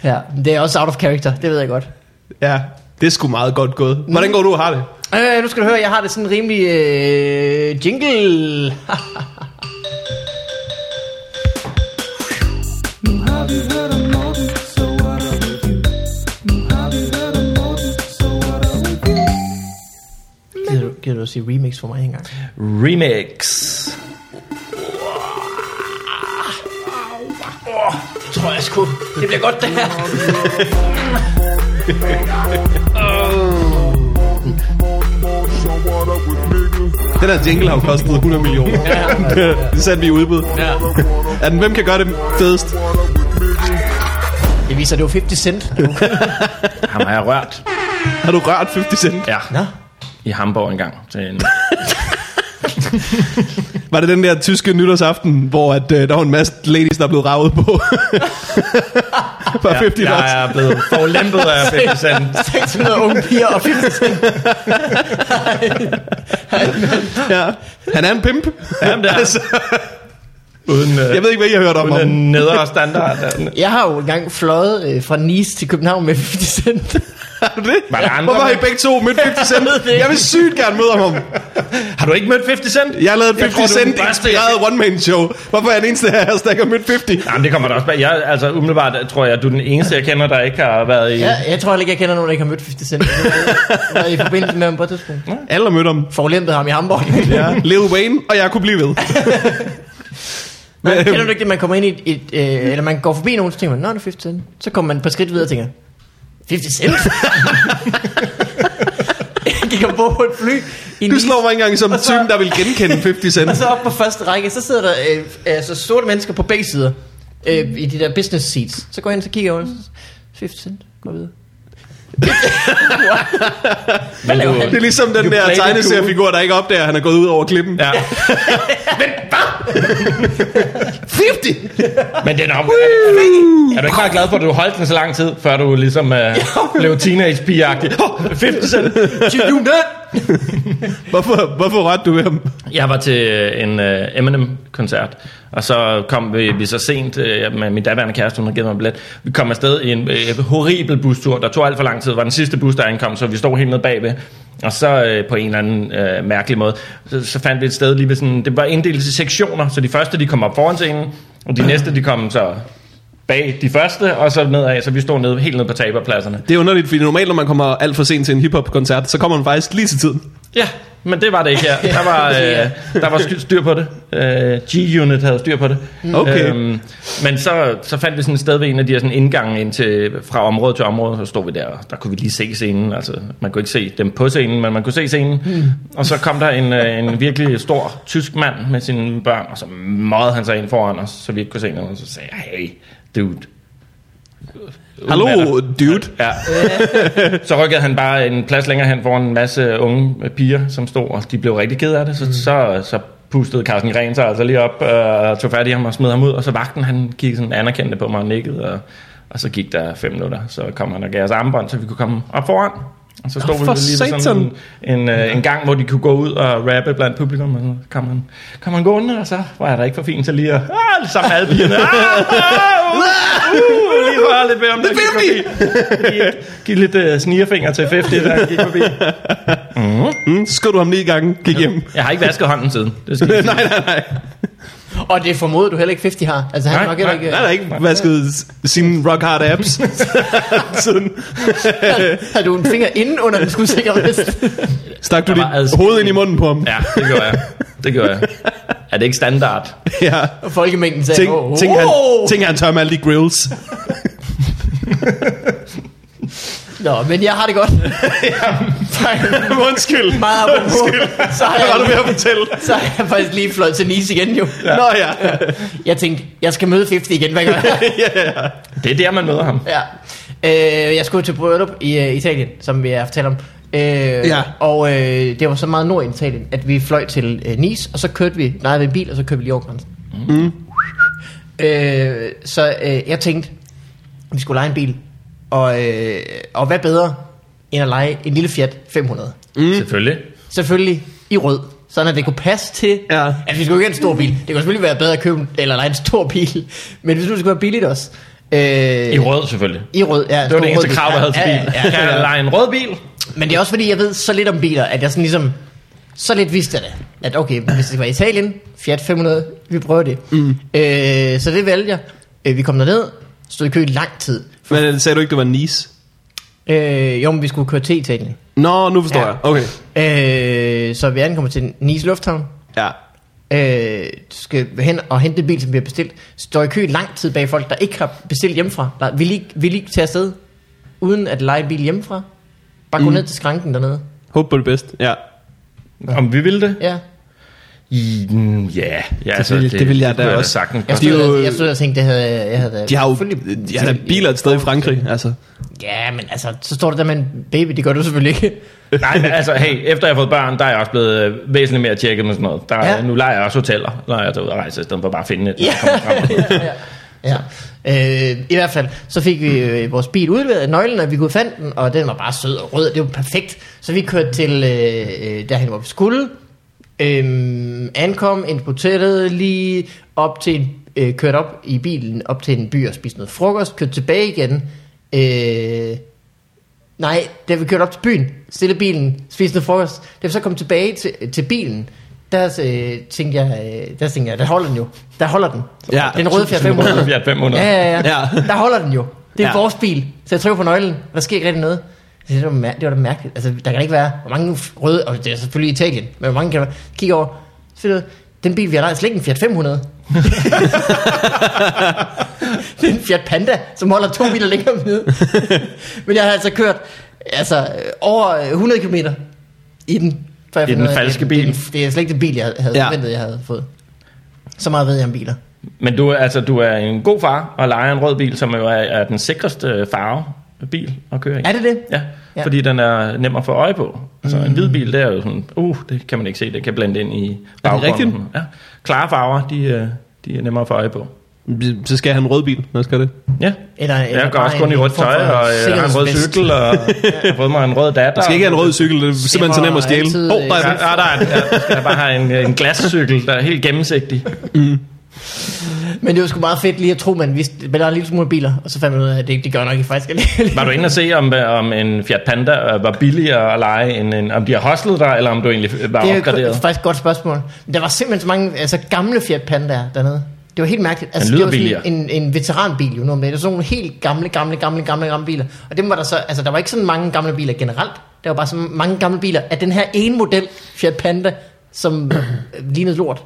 A: ja, men det er også out of character, det ved jeg godt.
C: Ja, det er sgu meget godt gået. Hvordan går du og har det?
A: Øh, nu skal du høre, jeg har det sådan en rimelig øh, jingle.
E: Nu har vi hørt om Morten, så er der review. Nu har vi hørt om Morten, så er der review.
A: gider, du, gider du at sige remix for mig engang?
B: Remix.
A: Det tror jeg sgu. Det bliver godt, det her.
C: Den her jingle har jo kostet 100 millioner. det satte vi i udbud.
A: Ja.
C: Er den, hvem kan gøre det fedest?
A: Det viser, at det var 50 cent.
B: Ham har jeg rørt
C: Har du rørt 50 Cent?
B: ja,
A: Nå,
B: i Hamburg engang. Til en,
C: Var det den der tyske nytårsaften, hvor at, øh, der var en masse ladies, der blev ravet på? Bare 50 ja,
B: jeg er blevet forlæmpet af 50 cent.
A: 600 unge piger og 50 cent.
C: ja. Han er en pimp.
B: Jamen, det er.
C: Altså,
B: Uden, øh,
C: jeg ved ikke, hvad I har hørt om
B: uden
C: ham.
B: en nedre standard.
A: Jeg har jo engang fløjet øh, fra Nice til København med 50 cent.
C: Har du det?
B: Var der andre
C: Hvorfor har I
B: med?
C: begge to mødt 50 Cent?
A: Jeg ved det ikke.
C: Jeg vil sygt gerne møde ham.
B: Har du ikke mødt 50 cent?
C: Jeg har lavet et
B: Jeg
C: 50
B: tror, du er den
C: Cent
B: første, jeg
C: inspireret one-man-show. Hvorfor er jeg den eneste af os, der ikke har mødt 50?
B: Jamen, det kommer der også bag. Jeg, altså, umiddelbart tror jeg, at du er den eneste, jeg kender, der ikke har været i...
A: Ja, jeg tror heller ikke, jeg kender nogen, der ikke har mødt 50 Cent. Jeg i forbindelse med ham på et tidspunkt.
C: Alle har mødt ham.
A: Forulempede ham i Hamburg.
C: Ja. Lil Wayne, og jeg kunne blive ved.
A: Men, kender du ikke det, man kommer ind i et, et øh, eller man går forbi nogen, så tænker man, nå, det er 50 Cent. Så kommer man et par skridt videre og tænker, 50 Cent? jeg gik ombord på et fly. I
C: Du
A: Nice,
C: slår mig ikke engang som typen, der vil genkende 50 Cent.
A: Og så op på første række, så sidder der øh, altså sorte mennesker på begge sider. Øh, I de der business seats. Så går jeg hen, så kigger jeg over, så 50 Cent, går videre.
B: Hvad laver
C: Det er ligesom den der tegneseriefigur, der ikke opdager, at han er gået ud over klippen.
B: Ja. Men hvad? 50! Men den er, er, du ikke- er du ikke bare glad for, at du holdt den så lang tid, før du ligesom øh, blev teenage-pigeagtig? Oh, 50 cent!
A: Do you not
C: Hvorfor, hvorfor rørte du ved ham?
B: Jeg var til øh, en øh, Eminem-koncert, og så kom vi, vi så sent øh, med min daværende kæreste, hun havde givet mig en billet. Vi kom afsted i en øh, horribel bustur, der tog alt for lang tid. Det var den sidste bus, der ankom, så vi stod helt nede bagved. Og så øh, på en eller anden øh, mærkelig måde, så, så fandt vi et sted lige ved sådan... Det var inddelt i sektioner, så de første de kom op foran scenen, og de næste de kom så bag de første, og så nedad, så vi stod nede, helt nede på taberpladserne.
C: Det er underligt, fordi normalt, når man kommer alt for sent til en hiphop-koncert, så kommer man faktisk lige til tiden.
B: Ja, men det var det ikke her. Der var, øh, der var sky- styr på det. Øh, G-Unit havde styr på det.
C: Okay.
B: Øhm, men så, så fandt vi sådan et sted ved en af de her sådan indgange ind til, fra område til område, så stod vi der, og der kunne vi lige se scenen. Altså, man kunne ikke se dem på scenen, men man kunne se scenen. Mm. Og så kom der en, øh, en virkelig stor tysk mand med sine børn, og så mødte han sig ind foran os, så vi ikke kunne se noget. Og så sagde jeg, hey, dude,
C: Hallo,
B: Udmatter.
C: dude.
B: Ja. så rykkede han bare en plads længere hen foran en masse unge piger, som stod, og de blev rigtig ked af det. Så, mm. så, så pustede Carsten Gren sig altså lige op øh, og tog fat i ham og smed ham ud. Og så vagten, han kiggede sådan anerkendte på mig og nikkede, og, og så gik der fem minutter. Så kom han og gav os armbånd, så vi kunne komme op foran. Og så stod
C: Nå,
B: vi
C: for
B: ved lige ved sådan en, en, øh, en gang, hvor de kunne gå ud og rappe blandt publikum. Og så kom han, kom han gående, og så var jeg da ikke for fint til lige at... Ah, sammen med alle pigerne. Ah, ah, uh, uh, lige røre lidt ved om det.
C: Fifty!
B: Giv, giv lidt uh, snigerfinger til 50, der gik forbi.
C: Mm, skød du ham lige i gangen, gik hjem.
B: Jeg har ikke vasket hånden siden. Det skal jeg sige.
C: nej, nej, nej.
A: Og det formoder du heller ikke 50 har. Altså han
B: Nej,
A: er nok heller
B: nej,
A: ikke...
C: Han har ikke vasket s- sine rock hard abs. Siden.
A: Har du en finger inden under den skudsikkerhed?
C: Stak du
B: Der var
C: dit
B: adskillige-
C: hoved ind i munden på ham?
B: Ja, det gør jeg. Det gør jeg. Er det ikke standard?
C: ja.
A: Og folkemængden sagde...
C: Tænk,
A: oh,
C: tænk, han,
A: oh.
C: tænk han tør med alle de grills.
A: Nå, men jeg har det godt. Faktisk
C: Undskyld.
A: Meget apropos. Så har
C: Hvad var du ved
A: jeg,
C: at fortælle?
A: så har jeg faktisk lige fløjet til Nice igen jo.
C: Ja. Nå ja.
A: Jeg tænkte, jeg skal møde 50 igen, hvad gør jeg?
B: Det er der, man møder ham.
A: ja. øh, jeg skulle til bryllup i øh, Italien, som vi har fortalt om. Øh, ja. Og øh, det var så meget nord i Italien, at vi fløj til øh, Nice, og så kørte vi, nej, ved en bil, og så kørte vi lige over grænsen. Mm. Øh, så øh, jeg tænkte, vi skulle lege en bil, og, øh, og hvad bedre end at lege en lille Fiat 500?
B: Mm. Selvfølgelig.
A: selvfølgelig i rød, sådan at det kunne passe til,
C: Ja.
A: ja. at vi skulle ikke have en stor bil. Det kunne selvfølgelig være bedre at købe en- eller nej, en stor bil, men hvis nu det skulle være billigt også. Øh,
B: I rød, selvfølgelig.
A: I rød, ja.
B: Det var det eneste krav, jeg havde til bilen.
A: Ja, ja,
B: Kan jeg
A: ja.
B: lege en rød bil?
A: Men det er også fordi, jeg ved så lidt om biler, at jeg sådan ligesom, så lidt vidste jeg det. At okay, hvis det var Italien, Fiat 500, vi prøver det. Mm. Øh, så det valgte jeg. Øh, vi kom derned, stod i kø i lang tid.
C: Men øh, sagde du ikke, det var Nice?
A: Øh, jo, men vi skulle køre til Italien.
C: Nå, nu forstår
A: Ja.
C: ja. jeg. Okay.
A: Øh, så vi ankommer til Nice Lufthavn.
C: Ja.
A: øh, skal hen og hente en bil, som bliver bestilt, står i kø i lang tid bag folk, der ikke har bestilt hjemmefra. Der, vil, I, ikke- vil I ikke tage afsted, uden at lege en bil hjemmefra? Bare gå mm. ned til skranken dernede.
C: Håb på det bedste. Ja.
B: Om vi ville det?
A: Ja.
B: I- mm, Ja, ja altså,
C: ville- det ville jeg da
B: kunne
C: også.
B: sagtens
A: Jeg
B: gøre.
C: De er
A: stod,
C: jo-
A: jo, jeg stod og tænkte, det havde, jeg havde da
C: De har jo
A: selvfølgelig-
C: de har da biler et sted i Frankrig, altså.
A: Ja, men altså, så står du der med en baby, det gør du selvfølgelig ikke.
B: Nej, men altså, hey, efter jeg har fået børn, der er jeg også blevet øh, væsentligt mere tjekket med sådan noget. Der,
A: Ja.
B: ja. Nu leger jeg også hoteller, når jeg tager ud og rejser, i stedet for bare at finde et. når jeg kommer frem.
A: ja. ja. Øh, I hvert fald, så fik vi øh, vores bil udleveret af nøglen, og vi kunne fandt den, og den var bare sød og rød, det var perfekt. Så vi kørte til øh, øh, derhen, hvor vi skulle. Øhm, ankom, ind på hotellet, lige op til en, øh, kørte op i bilen op til en by og spiste noget frokost, kørte tilbage igen. Øh, nej, da vi kørte op til byen, stille bilen, spiste noget frokost, da vi så kom tilbage til, til bilen, der øh, tænkte jeg, øh, der tænkte jeg, der holder den jo. Der holder den.
C: Ja.
A: Den røde Fiat 500.
B: Fiat 500.
A: Ja, ja, ja.
C: Ja.
A: Der holder den jo. Det er
C: Ja.
A: ja. vores bil. Så jeg trykker på nøglen. Der sker ikke rigtig noget. Så Det var, mær- det var da mærkeligt. Altså, der kan da ikke være, hvor mange røde, og det er selvfølgelig Italien, men hvor mange kan der være? Kig over. Så finder jeg ud af, den bil, vi har lejet, er slet ikke en Fiat 500. det er en Fiat Panda, som holder to biler længere nede. men jeg har altså kørt altså, øh, over øh, 100 km i den. før jeg
B: I den
A: fandt ud af, at
B: falske
A: det er den-
B: bil.
A: Det er slet ikke den bil, jeg havde- havde
C: Ja.
A: ja. forventet, jeg havde fået. Så meget ved jeg om biler.
B: Men du, er- altså, du er en god far og leger en rød bil, som jo er, er den sikreste øh, farve bil at køre i.
A: Er det det?
B: Ja,
A: Ja.
B: ja, fordi den er nem at få øje på. Altså en hvid bil, det er jo sådan, uh, det kan man ikke se, det kan blande ind i baggrunden.
C: rigtigt?
B: Ja. Klare farver, de, øh, de er nemmere at få øje på.
C: Så skal han en rød bil, når jeg skal det.
B: Ja.
A: Eller, eller
B: Jeg går
A: bare
B: også kun
A: en-
B: i rødt
A: en form
B: tøj,
A: for
B: og jeg har en rød
A: sikkerhedsvest.
B: cykel, og jeg har fået mig en rød datter.
C: Jeg skal ikke have en rød cykel, det er simpelthen så nemt at stjæle.
A: Altid,
C: Åh, oh, der er
B: Ja,
C: den.
B: ja, der er en, ja, jeg skal bare have en, en glascykel, der er helt gennemsigtig.
A: Men det var sgu meget fedt lige at tro, man vidste, men der er en lille smule biler, og så fandt man ud af, at det, det gør nok ikke faktisk alligevel.
B: Var du inde og se, om, om en Fiat Panda øh, var billigere at lege, end en, om de har hostlet dig, eller om du egentlig øh, var
A: Det er jo
B: opgraderet?
A: k- faktisk et godt spørgsmål. Men der var simpelthen så mange altså, gamle Fiat Pandaer dernede. Det var helt mærkeligt. Altså,
B: Den lyder
A: det var
B: billigere.
A: en, en veteranbil, jo, noget med. Det var sådan nogle helt gamle, gamle, gamle, gamle, gamle biler. Og dem var der så, altså, der var ikke sådan mange gamle biler generelt. Der var bare så mange gamle biler af den her ene model, Fiat Panda, som øh, lignede lort.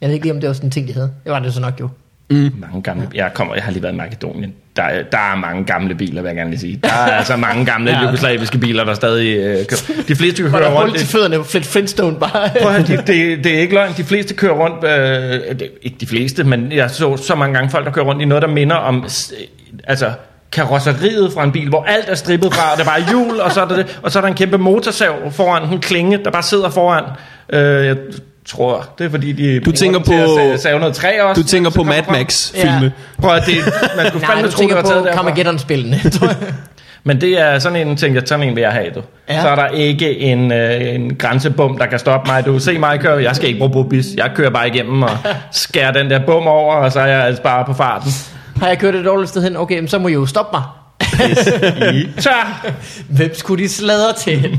A: Jeg ved ikke lige, om det var sådan en ting, de havde. Det var det så nok jo. Mm.
B: Mange gamle, jeg, kommer, jeg har lige været i Makedonien. Der, er- der er mange gamle biler, vil jeg gerne lige sige. Der er altså mange gamle ja. jugoslaviske biler, der stadig øh, kører. De fleste
A: Og
B: kører
A: der rundt
B: rundt.
A: til
B: i-
A: fødderne på Flint Flintstone bare.
B: Prøv at høre, det, det, det er ikke løgn. De fleste kører rundt, øh, det, ikke de fleste, men jeg så så mange gange folk, der kører rundt i noget, der minder om s- øh, altså, karosseriet fra en bil, hvor alt er strippet fra, og der bare er hjul, og så er der, det, og så er der en kæmpe motorsav foran en klinge, der bare sidder foran. Øh, jeg tror, det er fordi, de bruger
C: tænker
B: den til at
C: på-
B: save- save noget træ også.
C: Du tænker
B: Så
C: på
B: kommer
C: Mad
B: frem.
C: Max-filmene.
B: Prøv at det, man skulle
A: Nej,
B: fandme
A: du
B: tro, det
A: tænker
B: var taget
A: på
B: derfra.
A: Carmageddon-spillene.
B: Men det er sådan en, tænker jeg, sådan en vil jeg have, du.
A: Ja.
B: Ja. Så er der ikke en, øh, en grænsebom, der kan stoppe mig. Du, se mig køre, jeg skal ikke bruge bobis. Jeg kører bare igennem og skærer den der bum over, og så er jeg altså bare på farten.
A: Har jeg kørt et dårligt sted hen? Okay, men så må I jo stoppe mig.
B: Tør!
A: Hvem skulle de sladre til?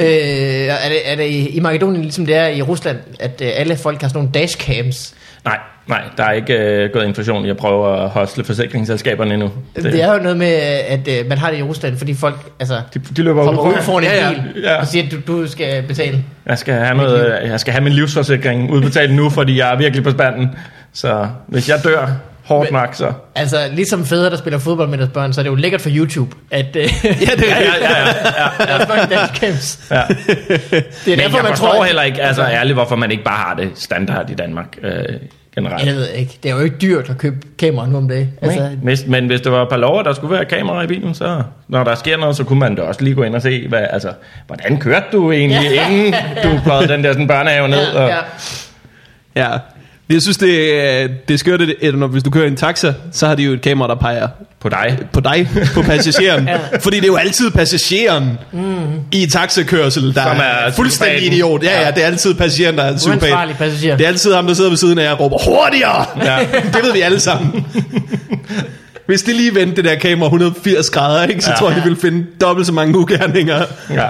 A: øh, er, det, er det i, i Makedonien, ligesom det er i Rusland, at øh, alle folk har sådan nogle dashcams?
B: Nej, nej, der er ikke øh, gået inflation. Jeg prøver at hostle forsikringsselskaberne endnu.
A: Det, det er jo noget med, at øh, man har det i Rusland, fordi folk altså,
B: de, de løber
A: hopper ud
B: ud for.
A: foran en
C: Ja, ja.
A: bil
B: Ja.
A: og siger, at du, du skal betale.
B: Jeg skal, have noget, jeg skal have min livsforsikring udbetalt nu, fordi jeg er virkelig på spanden. Så hvis jeg dør hårdt
A: Men-
B: nok, så...
A: Altså, ligesom fædre, der spiller fodbold med deres børn, så er det jo lækkert for YouTube, at øh,
C: Ja, det er
B: Ja, ja, ja.
A: der er fucking dashcams.
B: ja.
A: Det er
B: Men
A: derfor,
B: jeg
A: man
B: forstår
A: tror, at-
B: heller ikke, altså ærligt, hvorfor man ikke bare har det standard i Danmark øh, generelt.
A: Jeg ved ikke. Det er jo ikke dyrt at købe kamera nu om dagen. Altså,
B: Altså, hvis, men hvis det var et par lover, der skulle være kamera i bilen, så når der sker noget, så kunne man da også lige gå ind og se, hvad, altså, hvordan kørte du egentlig,
A: Ja.
B: inden du pløjede den der sådan, børnehave ned?
A: ja,
B: Og,
A: ja.
C: Ja. Jeg synes, det er, det er skørt, at- at når, hvis du kører i en taxa, så har de jo et kamera, der peger
B: På dig.
C: på dig, på passageren. ja. Fordi det er jo altid passageren mm. i taxakørsel, der
B: Som er
C: er fuldstændig
B: psykopaten.
C: idiot. Ja, ja, det er altid passageren, der er en
A: Uansvarlig
C: psykopat.
A: passager.
C: Det er altid ham, der sidder ved siden af jer og råber, hurtigere!
B: Ja.
C: det ved vi alle sammen. Hvis de lige vendte det der kamera 180 grader, ikke, så ja.
B: Ja.
C: tror jeg, de ville finde dobbelt så mange ugerninger.
B: Ja.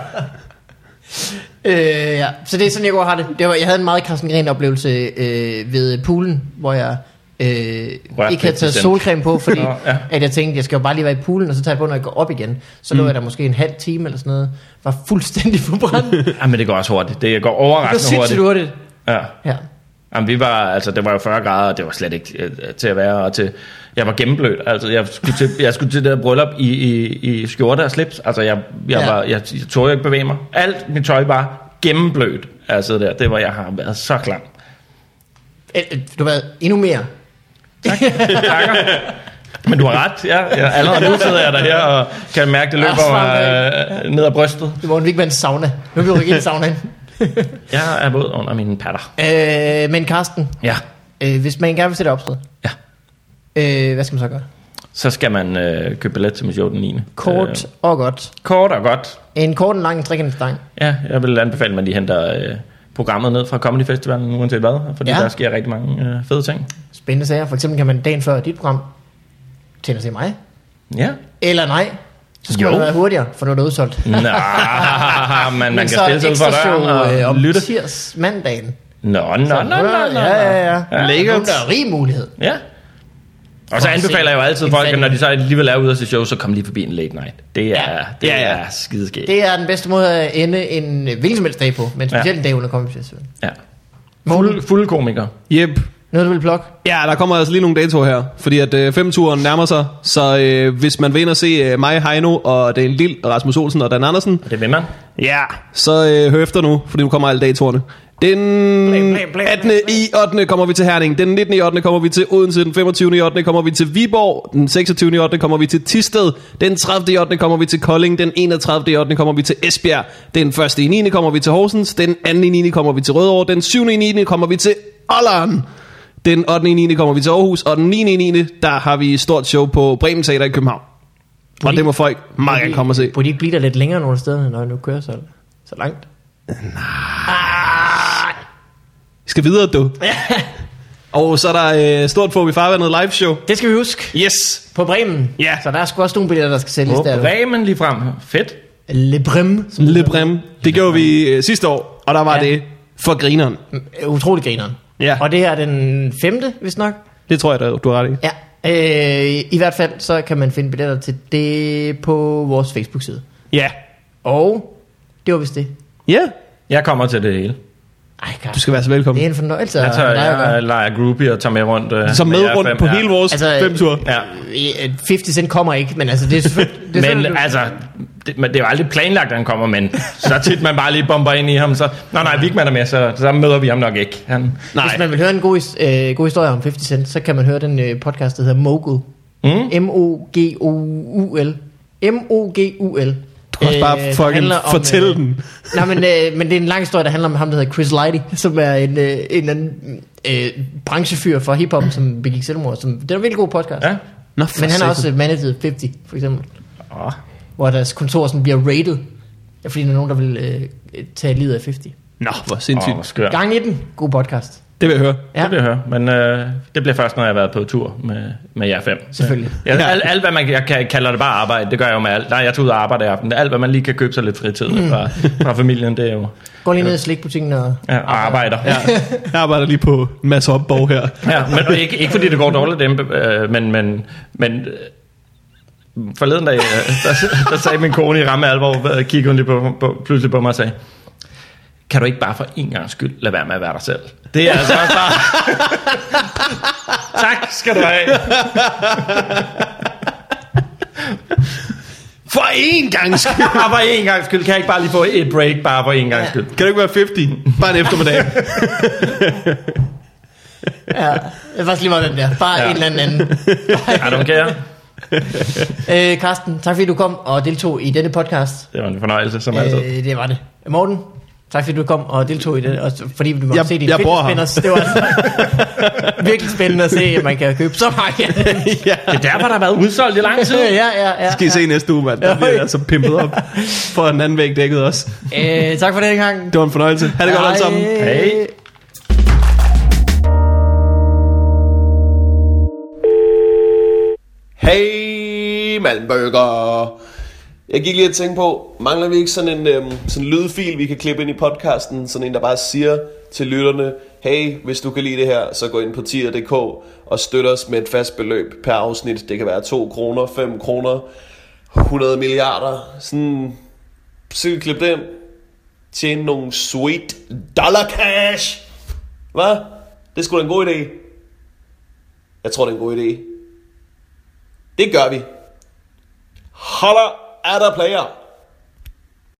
A: Øh, ja. Så det er sådan, jeg går og har det. det var, jeg havde en meget Carsten Gren oplevelse øh, ved poolen, hvor jeg øh,
B: Rørte
A: ikke havde
B: lidt
A: taget
B: bestemt.
A: solcreme på, fordi
B: Nå, ja.
A: at jeg tænkte, jeg skal jo bare lige være i poolen, og så tager jeg på, når jeg går op igen. Så
B: Mm.
A: lå jeg der måske en halv time eller sådan noget, var fuldstændig forbrændt. det
B: ja, Ah, men det går også hurtigt. Det går
A: var
B: overraskende
A: sindssygt
B: hurtigt.
A: hurtigt.
B: Ja.
A: Ja.
B: Jamen, vi var, altså, det var jo 40 grader, og det var slet ikke øh, til at være, og til, jeg var gennemblødt, altså, jeg skulle til, jeg skulle til det der bryllup i, i, i skjorte og slips, altså, jeg, jeg,
A: Ja.
B: ja. var, jeg, jeg tog jo ikke bevæge mig. Alt mit tøj var gennemblødt, altså, der, det var, jeg har været så klam.
A: Øh, øh, Du ved, endnu mere.
B: Takker. Men du har ret, ja, ja. Allerede nu sidder jeg der her, og kan mærke, det
A: Ah,
B: løber
A: svamp,
B: ah, øh, ned ad brystet.
A: Det var en en sauna. Nu vil vi rykke ind i saunaen.
B: Jeg er våd under mine patter.
A: øh, men Carsten,
B: Ja,
A: øh, hvis man gerne vil sætte optræde,
B: Ja.
A: øh, hvad skal man så gøre?
B: så skal man øh, købe billet til mit show den 9.
A: Kort
B: Øh,
A: øh. og godt.
B: kort og godt.
A: En kort, en lang, en trekant, en stang.
B: Ja, jeg vil anbefale, at man lige henter øh, programmet ned fra Comedy Festivalen, uanset hvad, fordi
A: Ja.
B: ja. der sker rigtig mange øh, fede ting.
A: spændende sager. For eksempel kan man dagen før dit program tænde og se mig.
B: Ja.
A: Eller nej, så skulle
B: Jo.
A: man være hurtigere, for nu er det udsolgt.
B: Nå, man, man kan
A: Men så er
B: stille sig ud for
A: ekstra
B: døren
A: show øh,
B: og
A: om
B: lytte.
A: tirs mandagen.
B: Nå, nå, nå, nå, nå, nå.
A: Ja, ja, ja.
B: Ja.
A: Lækkert. Nogen, der er rig mulighed.
B: Ja. Og så
A: For at se
B: anbefaler jeg jo altid
A: en
B: folk, at
A: fandme.
B: når de så alligevel er ude og se show, så kom lige forbi en late night. Det er,
A: Ja.
B: ja. det
C: Ja,
B: ja,
C: ja.
B: ja. er skideskægt.
A: Det er den bedste måde at ende en øh, hvilken som helst dag på, men specielt ja. en dag under Comedy Festival.
B: Ja.
A: Morten,
B: Fuld, fulde komikere.
C: Yep.
A: noget du vil plukke?
C: Ja, der kommer altså lige nogle datoer her, fordi at øh, femturen nærmer sig, så øh, hvis man vil ind og se øh, mig, Heino og Dan Lille, Rasmus Olsen og Dan Andersen,
B: Og det vil man.
C: Ja, så øh, hør efter nu, for nu kommer alle datorerne. Den 18. i 8. kommer vi til Herning, den 19. i 8. kommer vi til Odense, den 25. i 8. kommer vi til Viborg, den 26. i 8. kommer vi til Tisted, den 30. i 8. kommer vi til Kolding, den 31. i 8. kommer vi til Esbjerg, den 1. i 9. kommer vi til Horsens, den 2. i 9. kommer vi til Rødovre, den 7. i 9. kommer vi til Olleren. Den 8. 9. kommer vi til Aarhus, og den 9. 9. der har vi et stort show på Bremen Teater i København. Og
A: Fordi-
C: det må folk meget gerne komme og se.
A: Burde de ikke blive der lidt længere nogle steder, når du kører så, så langt?
C: Vi skal videre, du. Og så er der øh, stort Fobi Farvandet live show.
A: Det skal vi huske.
C: Yes!
A: På Bremen.
B: Ja.
A: Så der er sgu også nogle billetter, der skal sælges
B: Åh,
A: der. jo.
B: Bremen lige frem. Fedt.
A: Le Brem. Som
C: Le Brem. Det gjorde vi øh, sidste år, og der var
A: Ja.
C: ja. det for grineren.
A: er utrolig grineren.
C: Ja.
A: Og det her er den femte, hvis nok.
C: Det tror jeg, da, du har ret i.
A: Ja. Øh, I hvert fald, så kan man finde billetter til det på vores Facebook-side.
C: Ja.
A: Og det var vist det.
C: Ja.
B: Jeg kommer til det hele.
A: Ej, God.
C: Du skal være så
A: Det
C: velkommen.
A: er en fornøjelse.
B: Jeg,
A: at
B: tager,
A: have dig at gøre.
B: Altså, jeg leger groupie og tager med rundt. øh,
C: Så med
B: jer
C: rundt
B: fem,
C: på
B: ja.
C: hele vores
A: Altså, øh,
C: femtur.
B: Ja.
A: Øh, 50 Cent kommer ikke, men altså, det er selvfølgelig... Det er
B: Men
A: selvfølgelig-
B: altså, det, men det er jo aldrig planlagt, at han kommer, men så tit man bare lige bomber ind i ham, så... Nå nej, Vigman er med, så, så møder vi ham nok ikke. Han,
A: Hvis man vil høre en god, his- øh, god historie om 50 Cent, så kan man høre den øh, podcast, der hedder Mogul. Mm. M-O-G-O-U-L. M-O-G-U-L.
C: Du kan også bare fucking fortælle
A: øh,
C: den.
A: Nej, men, øh, men det er en lang historie, der handler om ham, der hedder Chris Lighty, som er en, øh, en anden øh, branchefyr for hiphop, som begik selvmord. Som, det er en virkelig god podcast.
B: ja.
C: Nå,
A: Men han er også øh, managet 50, for eksempel.
B: Åh,
A: Hvor deres kontor sådan bliver raided. Ja, fordi der er nogen, der vil øh, tage livet af 50.
C: Nå, hvor
B: åh,
C: sindssygt.
B: hvor skørt.
A: Gang i den. God podcast.
C: Det vil jeg høre.
A: Ja.
B: Det vil jeg høre, men øh, det bliver først, når jeg har været på tur med, med jer fem.
A: Selvfølgelig.
B: Ja,
C: Ja.
B: alt, alt, hvad man jeg kan- kalder det bare arbejde, det gør jeg jo med alt. Nej, jeg tog ud og arbejde i aften. Alt, hvad man lige kan købe sig lidt fritid fra, fra familien, det er jo
A: Gå lige ned i slikbutikken og...
B: ja, og arbejder. Ja.
C: Jeg arbejder lige på en masse opbog her.
B: Ja, men og ikke, ikke fordi det går dårligt dem, øh, men, men, men øh, forleden dag, øh, der, der sagde min kone i ramme alvor, øh, kiggede hun lige på, på, pludselig på mig og sagde, kan du ikke bare for en gang skyld lade være med at være dig selv? Det er altså også bare... tak skal du have.
C: For én gang skyld.
B: Bare for en gang skyld. Kan jeg ikke bare lige få et break, bare for en gang skyld?
C: Kan du ikke være 50? Bare en eftermiddag.
A: Ja, det er faktisk lige meget den der. Bare ja.
B: Ja.
A: en eller anden anden.
B: I don't care.
A: Øh, Carsten, tak fordi du kom og deltog i denne podcast.
B: Det var en fornøjelse, som altid.
A: Øh, det var det. Morten, tak fordi du kom og deltog i det. Og så- fordi du måtte
C: Jeg-
A: se dine
C: jeg bruger ham.
A: fitnessspænders. Det var altså virkelig spændende at se, at man kan købe så mange.
C: ja.
B: Det er derfor, der har været udsolgt i lang tid.
A: ja, ja, ja.
C: Skal I se næste uge, mand. Der bliver jeg altså pimpet op for en anden væg dækket også.
A: Øh, tak for denne gang.
C: Det var en fornøjelse. Ha' det godt alle sammen.
B: Hej.
F: Hey Malmberger! Jeg gik lige og tænkte på, mangler vi ikke sådan en øhm, sådan en lydfil, vi kan klippe ind i podcasten? Sådan en, der bare siger til lytterne, hey, hvis du kan lide det her, så gå ind på tier.dk og støt os med et fast beløb per afsnit. Det kan være 2 kroner, 5 kroner, 100 milliarder. Sådan, så kan vi klippe det ind. Tjene nogle sweet dollar cash. Hvad? Det er sgu da en god idé. Jeg tror, det er en god idé. Det gør vi. Holler er der player.